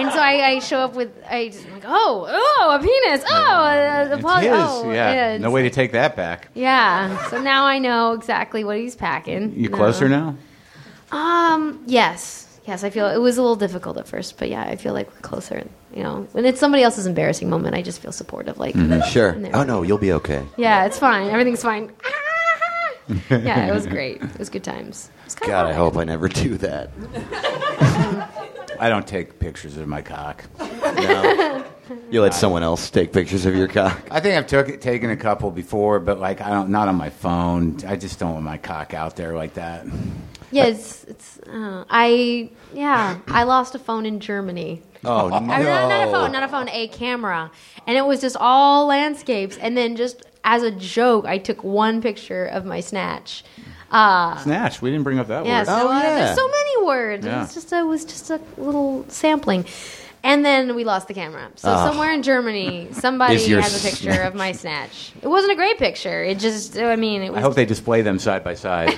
and so I, I show up with I just like oh oh a penis oh uh, apolo- His, oh yeah. it's No way to take that back. yeah. So now I know exactly what he's packing. You No. closer now? Um. Yes. Yes. I feel it was a little difficult at first, but yeah, I feel like we're closer. You know, when it's somebody else's embarrassing moment, I just feel supportive. Like, Sure. There. Oh no, you'll be okay. yeah, it's fine. Everything's fine. Ah! yeah, it was great. It was good times. It was kinda God, I hot. hope I never do that. I don't take pictures of my cock. You let someone else take pictures of your cock. I think I've took, taken a couple before, but like I don't not on my phone. I just don't want my cock out there like that. Yeah, it's. it's uh, I yeah, I lost a phone in Germany. Oh no. I mean, not, not a phone, not a phone, a camera. And it was just all landscapes. And then just as a joke, I took one picture of my snatch. Uh, Snatch. We didn't bring up that yeah, word. so Oh, uh, yeah. there's so many words. It Yeah. was just a, it was just a little sampling. And then we lost the camera. So Ah. somewhere in Germany, somebody Is your has a picture of my snatch. It wasn't a great picture. It just, I mean, it was. I hope they display them side by side.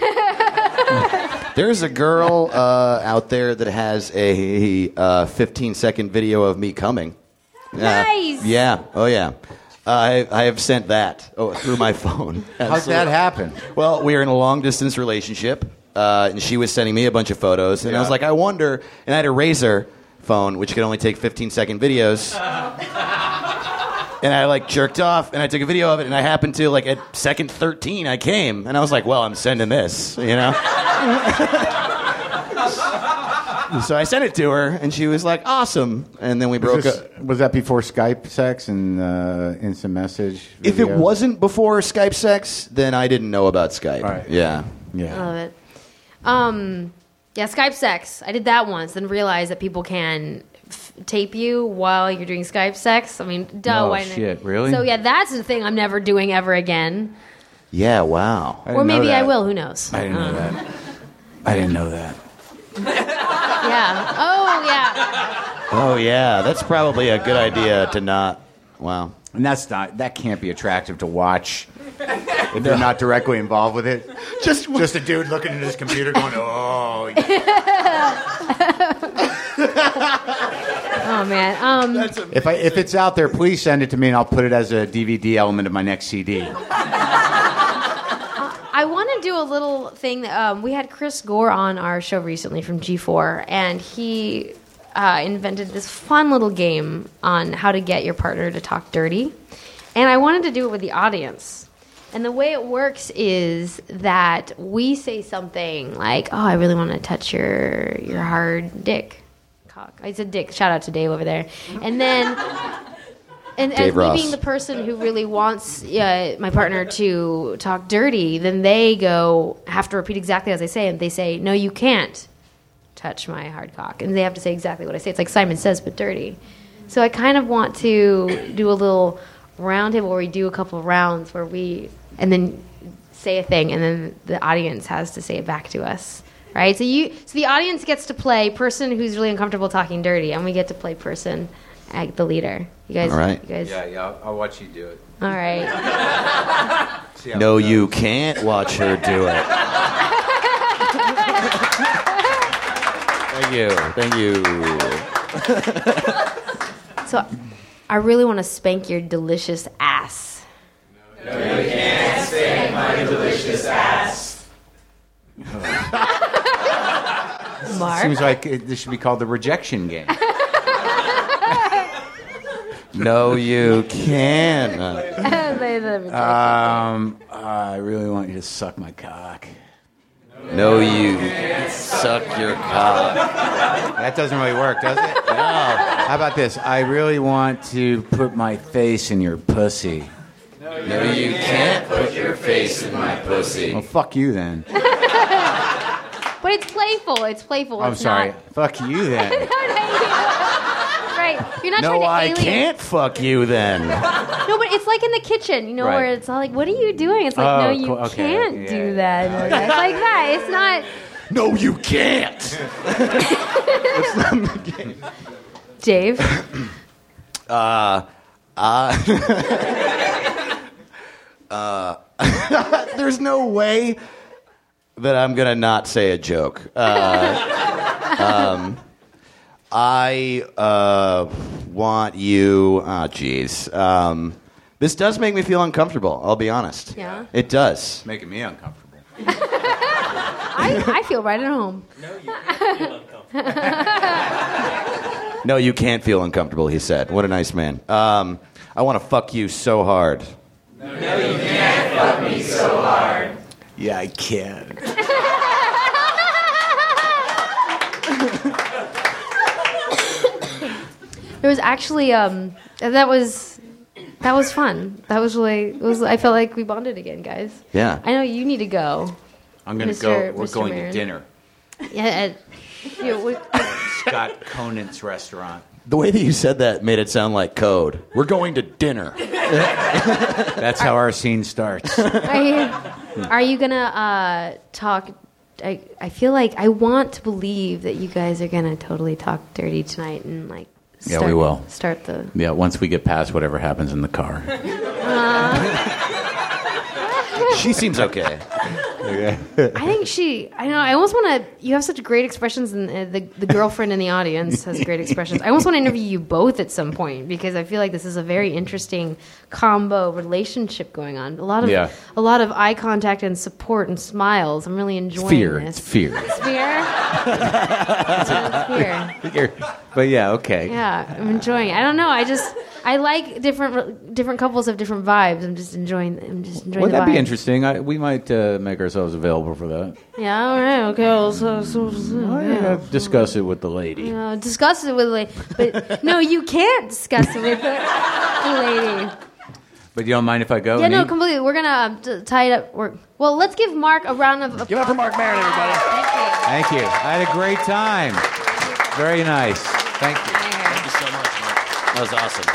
There's a girl uh, out there that has a uh, 15 second video of me coming. Uh, Nice. Yeah. Oh yeah. I I have sent that oh, through my phone. How's that happen? Well, we were in a long distance relationship, uh, and she was sending me a bunch of photos, and I was Yeah. like, I wonder. And I had a razor phone, which could only take 15 second videos. and I like jerked off and I took a video of it and I happened to like at second 13 I came and I was like, well, I'm sending this, you know. so I sent it to her and she was like, awesome. And then we broke Was, this- up. was that before Skype sex and uh, instant message? If it video? wasn't before Skype sex, then I didn't know about Skype. Right. Yeah. I yeah, love it. Um, yeah, Skype sex. I did that once, then realized that people can f- tape you while you're doing Skype sex. I mean, duh. No why not? shit, really? So yeah, that's the thing I'm never doing ever again. Yeah, wow. I Or didn't know maybe I that. will. Who knows? Uh, I didn't know that. I didn't know that. Yeah. Oh yeah. Oh, yeah. That's probably a good idea to not. Wow. And that's not that can't be attractive to watch if you're not directly involved with it. Just, just a dude looking at his computer going, oh, Oh man. Um. If I if it's out there, please send it to me and I'll put it as a DVD element of my next CD. I want to do a little thing. that, Um, we had Chris Gore on our show recently from G4, and he uh, invented this fun little game on how to get your partner to talk dirty. And I wanted to do it with the audience. And the way it works is that we say something like, "Oh, I really want to touch your your hard dick, cock." I said dick. Shout out to Dave over there. And then and as Dave me Ross. being the person who really wants uh, my partner to talk dirty, then they go have to repeat exactly as I say, and they say, "No, you can't touch my hard cock," and they have to say exactly what I say. It's like Simon Says, but dirty. So I kind of want to do a little round table where we do a couple of rounds where we and then say a thing, and then the audience has to say it back to us. Right, so you, so the audience gets to play person who's really uncomfortable talking dirty, and we get to play person, uh, the leader. You guys, All right. you guys, yeah, I'll, I'll watch you do it. all right. No, you can't watch her do it. Thank you. Thank you. So I really want to spank your delicious ass. No, you can't Seems spank like it, this should be called the rejection game. No, you can't. my delicious ass. Mark. Um, I really want you to suck my cock. No, you suck your cock. That doesn't really work, does it? No. How about this? I really want to put my face in your pussy. No, you can't put your face in my pussy. Well, fuck you then. but it's playful. It's playful. I'm it's sorry. Not, Fuck you then. right. You're not trying No, to I alienate- can't fuck you then. No, but it's like in the kitchen, you know, Right. where it's all like, what are you doing? It's like, Oh, no, you cool. Okay. can't Yeah, do yeah, that. It's like that. It's not. No, you can't. Dave, There's no way that I'm gonna not say a joke. Uh, um, I uh, want you. Ah, jeez. Um, this does make me feel uncomfortable. I'll be honest. Yeah. It does. Making me uncomfortable. I, I feel right at home. No, you can't feel uncomfortable. He said. What a nice man. Um, I want to fuck you so hard. Yeah, I can. There was actually um that was that was fun. That was really it was I felt like we bonded again, guys. Yeah. I know you need to go. I'm gonna Mr. go. We're Mr. going Marin. to dinner. Yeah. At, yeah, we- Scott Conant's restaurant. The way that you said that made it sound like code. We're going to dinner. That's how our scene starts. are you, are you gonna uh, talk? I I feel like I want to believe that you guys are gonna totally talk dirty tonight and like. Yeah, start- we will. start the. yeah, once we get past whatever happens in the car. she seems okay. I think she. I know. I almost want to. You have such great expressions, and uh, the the girlfriend in the audience has great expressions. I almost want to interview you both at some point because I feel like this is a very interesting combo relationship going on. A lot of Yeah. a lot of eye contact and support and smiles. I'm really enjoying Fear. this. It's fear. It's fear. It's fear. But yeah, okay. Yeah, I'm enjoying. it. I don't know. I just. I like different different couples have different vibes. I'm just enjoying. I'm just enjoying. Would the that be vibe. interesting? I, we might uh, make ourselves available for that. Yeah. All right. Okay. well, so, so, so, yeah. Discuss it with the lady. No, discuss it with the lady. But no, you can't discuss it with the, the lady. But you don't mind if I go? Yeah, no, Neat? completely. We're gonna um, t- tie it up. We're, well, let's give Mark a round of Give it applause. up for Mark Maron, everybody. Thank you. Thank you. I had a great time. Very nice. Thank you. Thank you so much, Mark. That was awesome.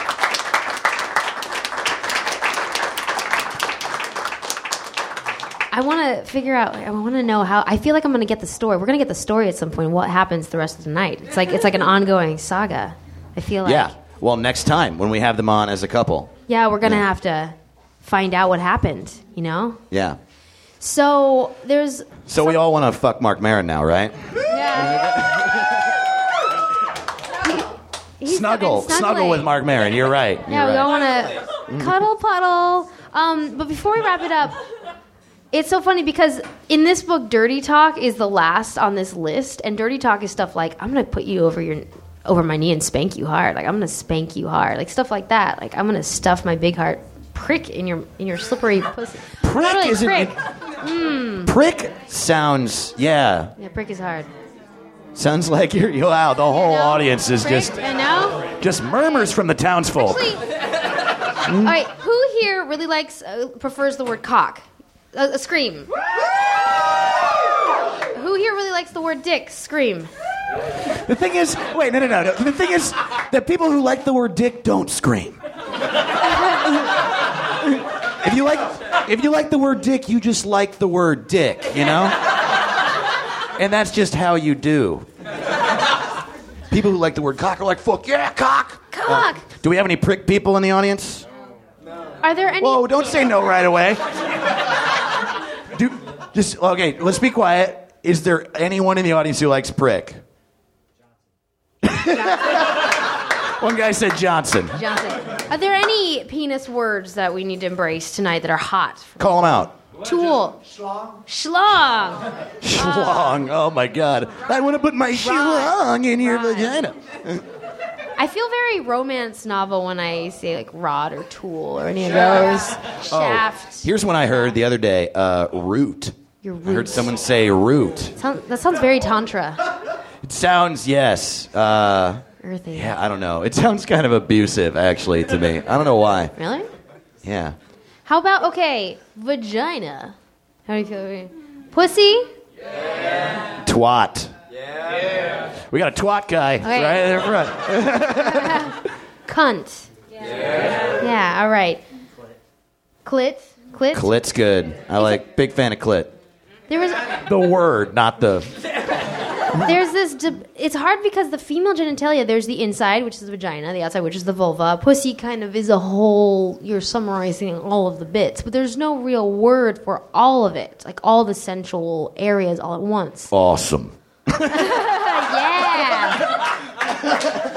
I want to figure out. I want to know how. I feel like I'm gonna get the story. We're gonna get the story at some point. What happens the rest of the night? It's like it's like an ongoing saga. I feel like. Yeah. Well, next time when we have them on as a couple. Yeah, we're gonna have to find out what happened. You know. Yeah. So there's. So we all want to fuck Mark Maron now, right? he's not been Snuggle, snuggle snuggling. with Mark Maron. You're right. You're Yeah, we right. all want to cuddle, puddle. Um, but before we wrap it up, it's so funny because in this book, dirty talk is the last on this list, and dirty talk is stuff like I'm gonna put you over your over my knee and spank you hard, like I'm gonna spank you hard, like stuff like that, like I'm gonna stuff my big heart prick in your in your slippery pussy. Not Prick really isn't- prick. Prick sounds, yeah, Yeah, prick is hard. sounds like you're, you wow, the whole No, audience is prick, just, I know. just murmurs from the townsfolk. Actually, all right. Who here really likes uh, prefers the word cock? A, a scream. who here really likes the word dick? Scream. The thing is, wait, no, no, no, no. The thing is that people who like the word dick don't scream. if you like, if you like the word dick, you just like the word dick, you know. And that's just how you do. People who like the word cock are like, fuck yeah, cock. Cock. Do we have any prick people in the audience? Are there any? Whoa, don't say no right away. Do, just okay, let's be quiet. Is there anyone in the audience who likes prick? One guy said Johnson. Johnson. Are there any penis words that we need to embrace tonight that are hot? Call him out. Tool. Schlong. Schlong. Schlong. Uh, Oh my god. I want to put my schlong in your vagina. I feel very romance novel when I say like rod or tool or any of those. Shaft. Here's one I heard the other day. Uh, root. Your I heard root. someone say root. Sound- that sounds very tantra. It sounds yes. Uh, Earthy. yeah, I don't know. It sounds kind of abusive actually to me. I don't know why. Really? Yeah. How about okay, vagina? How do you feel? about- Pussy? Twat. Yeah. We got a twat guy Okay. right there in front. Cunt. Yeah. Yeah, all right. Clit. Clit. Clit's good. I like. Big fan of clit. There was The word, not the. there's this deb it's hard because the female genitalia there's the inside which is the vagina, the outside which is the vulva. Pussy kind of is a whole you're summarizing all of the bits, but there's no real word for all of it. Like all the sensual areas all at once. Awesome. Yeah.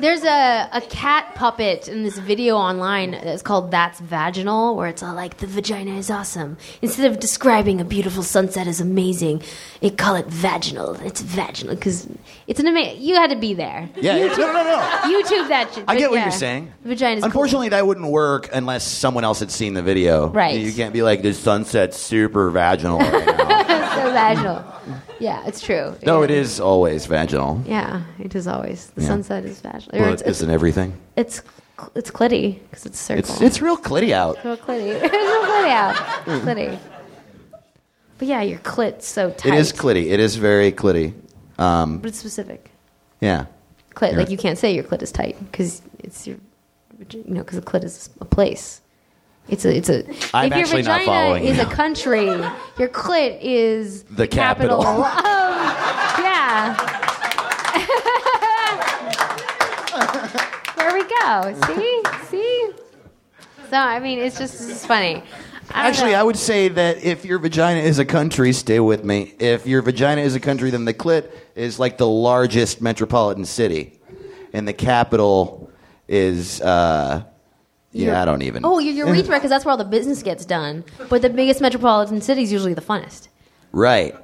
There's a, a cat puppet in this video online that's called That's Vaginal, where it's all like, the vagina is awesome. Instead of describing a beautiful sunset as amazing, they call it vaginal. It's vaginal because it's an amazing. You had to be there. Yeah. it's- no, no, no. YouTube that shit. I but get what yeah. you're saying. Vagina's Unfortunately, that wouldn't work unless someone else had seen the video. Right. You can't be like, this sunset's super vaginal right now. cool. It's so vaginal. Yeah, it's true. no, yeah. it is always vaginal. Yeah, it is always. The Yeah. sunset is vaginal. Or Well, it's, it it's, isn't everything. it's, cl- it's clitty because it's circle. It's, it's real clitty out. Well, clitty. There's no clit out. Clitty. But yeah, your clit's so tight. It is clitty. It is very clitty. Um, But it's specific. yeah. Clit. You're- Like, you can't say your clit is tight because it's your, you know, because the clit is a place. It's a, it's a, I'm if your actually not vagina following is you. a country, your clit is The capital. of, yeah. there we go. See? See? So, I mean, it's just it's funny. I don't Actually, know. I would say that if your vagina is a country, stay with me. If your vagina is a country, then the clit is like the largest metropolitan city, and the capital is. Uh, yeah, I don't even. Oh, your urethra, because that's where all the business gets done. But the biggest metropolitan city is usually the funnest. right.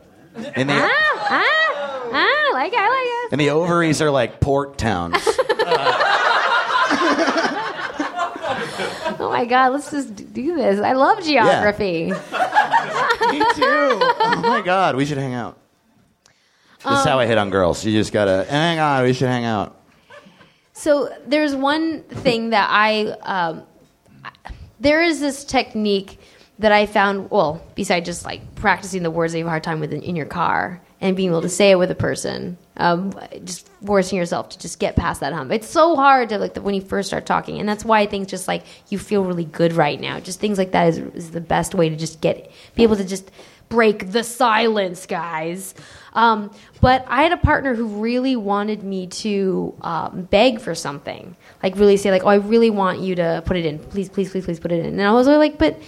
And Ah, the ah, ah, like I like it. and the ovaries are like port towns. Oh my God, let's just do this. I love geography. Me too. Oh my god, we should hang out. That's how I hit on girls. You just gotta "Eh, hang on. We should hang out. So there's one thing that I, um, I- there is this technique that I found. Well, beside just like practicing the words that you have a hard time with in, in your car and being able to say it with a person, um, just forcing yourself to just get past that hump. It's so hard to like the, when you first start talking, and that's why I think just like you feel really good right now. Just things like that is is the best way to just get be able to just break the silence, guys. Um, but I had a partner who really wanted me to um, beg for something, like really say, like, "Oh, I really want you to put it in, please, please, please, please, put it in." And I was like, "But,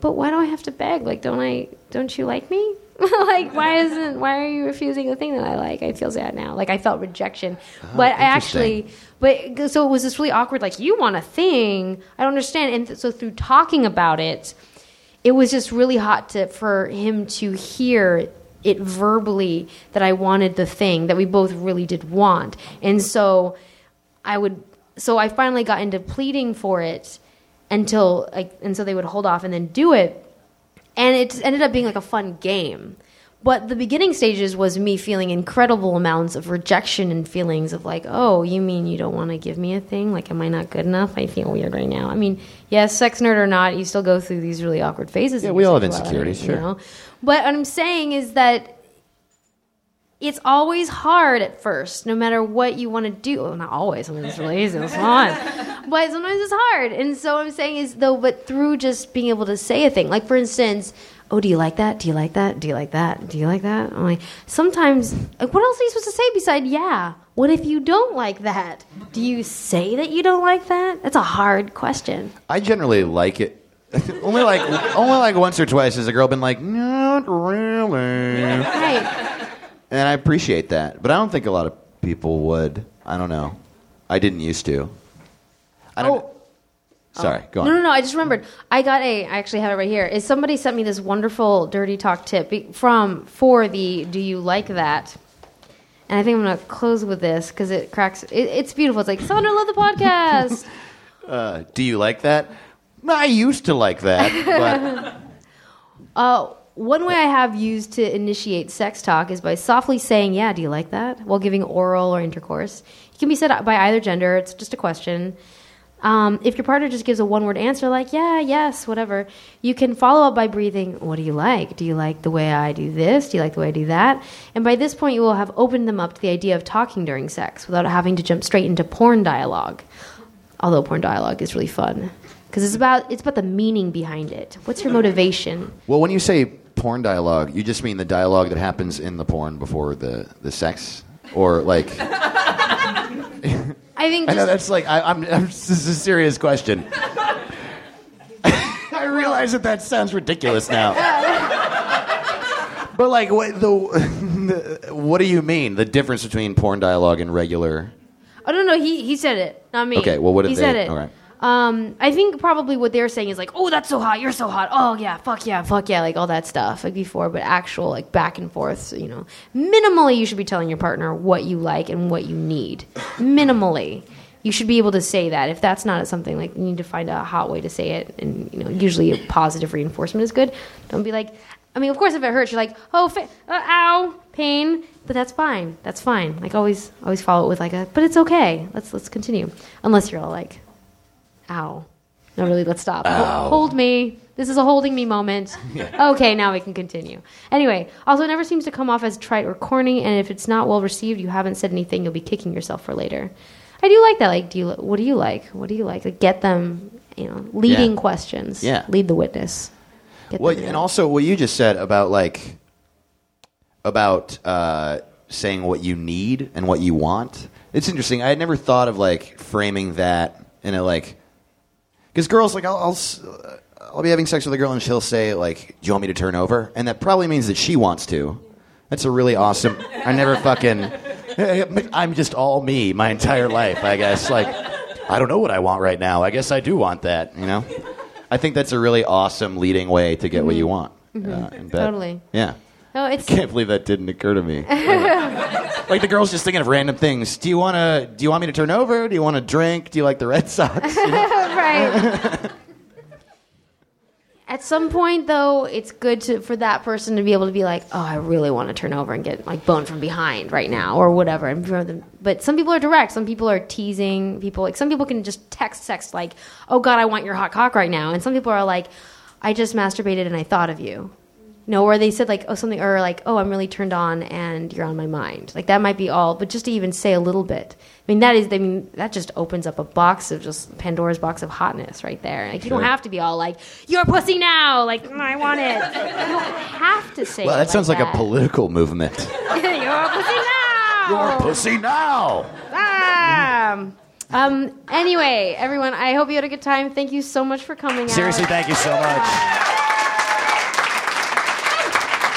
but why do I have to beg? Like, don't I? Don't you like me? like, why isn't? Why are you refusing the thing that I like? I feel sad now. Like, I felt rejection, but I actually, but so it was this really awkward. Like, you want a thing? I don't understand. And th- so through talking about it, it was just really hot to, for him to hear it verbally that I wanted the thing that we both really did want. And so I would, so I finally got into pleading for it until, like, and so they would hold off and then do it. And it ended up being like a fun game. But the beginning stages was me feeling incredible amounts of rejection and feelings of like, oh, you mean you don't want to give me a thing? Like, am I not good enough? I feel weird right now. I mean, yes, sex nerd or not, you still go through these really awkward phases. Yeah, we all have insecurities, sure. But what I'm saying is that it's always hard at first, no matter what you want to do. Well, not always. Sometimes it's really easy. It's fun. But sometimes it's hard. And so what I'm saying is, though, but through just being able to say a thing, like for instance, oh, do you like that? Do you like that? Do you like that? Do you like that? I'm like, sometimes, like, what else are you supposed to say beside, yeah? What if you don't like that? Do you say that you don't like that? That's a hard question. I generally like it. only like only like once or twice has a girl been like, not really, Right. and I appreciate that. But I don't think a lot of people would. I don't know. I didn't used to. I don't. Sorry, go on. No, no, no. I just remembered. I got a. I actually have it right here. Is somebody sent me this wonderful dirty talk tip be- from for the Do you like that? And I think I'm gonna close with this because it cracks. It, it's beautiful. It's like Sandra love the podcast. Uh, Do you like that? I used to like that, but Uh, one way I have used to initiate sex talk is by softly saying, Yeah, do you like that? while giving oral or intercourse. It can be said by either gender, it's just a question. Um, if your partner just gives a one word answer, like, Yeah, yes, whatever, you can follow up by breathing, What do you like? Do you like the way I do this? Do you like the way I do that? And by this point, you will have opened them up to the idea of talking during sex without having to jump straight into porn dialogue. Although porn dialogue is really fun. Because it's about it's about the meaning behind it. What's your motivation? well, when you say porn dialogue, you just mean the dialogue that happens in the porn before the the sex, or like I think I know just- that's like I, I'm, I'm. This is a serious question. I realize that that sounds ridiculous now. But like, what the, the? What do you mean? The difference between porn dialogue and regular? Oh no, no, he he said it, not me. Okay, well, what did he they- said it? all right. Um, I think probably what they're saying is like, oh, that's so hot, you're so hot, oh yeah, fuck yeah, fuck yeah, like all that stuff like before, but actual like back and forth. So, you know, minimally, you should be telling your partner what you like and what you need. Minimally, you should be able to say that. If that's not something like you need to find a hot way to say it, and you know, usually a positive reinforcement is good. Don't be like, I mean, of course, if it hurts, you're like, oh, fa- uh, ow, pain, but that's fine. That's fine. Like always, always follow it with like a, but it's okay. Let's let's continue. Unless you're all like, ow, no, really, let's stop. Ho- Hold me. This is a holding me moment. Okay, now we can continue. Anyway, also, it never seems to come off as trite or corny, and if it's not well received, you haven't said anything, you'll be kicking yourself for later. I do like that. Like, do you? li- What do you like? What do you like? Like, get them. You know, leading Yeah. questions. Yeah. Lead the witness. Get Well, them and there. also what you just said about like about uh, saying what you need and what you want. It's interesting. I had never thought of like framing that in a like because girls like I'll, I'll s- uh, I'll be having sex with a girl and she'll say like, "Do you want me to turn over?" And that probably means that she wants to. That's a really awesome. I never fucking. I'm just all me my entire life. I guess like I don't know what I want right now. I guess I do want that. You know. I think that's a really awesome leading way to get what you want. Uh, in bed. Totally. Yeah. No, Oh, it's Can't believe that didn't occur to me. like the girl's just thinking of random things. Do you wanna? Do you want me to turn over? Do you want to drink? Do you like the Red Sox? You know? right. At some point, though, it's good to, for that person to be able to be like, "Oh, I really want to turn over and get like bone from behind right now, or whatever." And for them, but some people are direct. Some people are teasing. People like some people can just text sex like, "Oh God, I want your hot cock right now," and some people are like, "I just masturbated and I thought of you." No, or they said like, "Oh, something," or like, "Oh, I'm really turned on and you're on my mind." Like that might be all, but just to even say a little bit. I mean, that is. I mean, that just opens up a box of just Pandora's box of hotness right there. Like you don't have to be all like, "You're pussy now," like "Mm, I want it. You don't have to say. Well, it that sounds like a that. political movement. You're pussy now. Pussy now. Bam. Um. Anyway, everyone, I hope you had a good time. Thank you so much for coming. Seriously, out. thank you so much.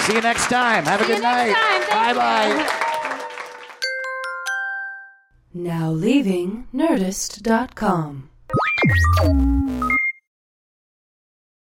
See you next time. Have a See you good next night. time. Thank bye you. bye. Now leaving Nerdist.com.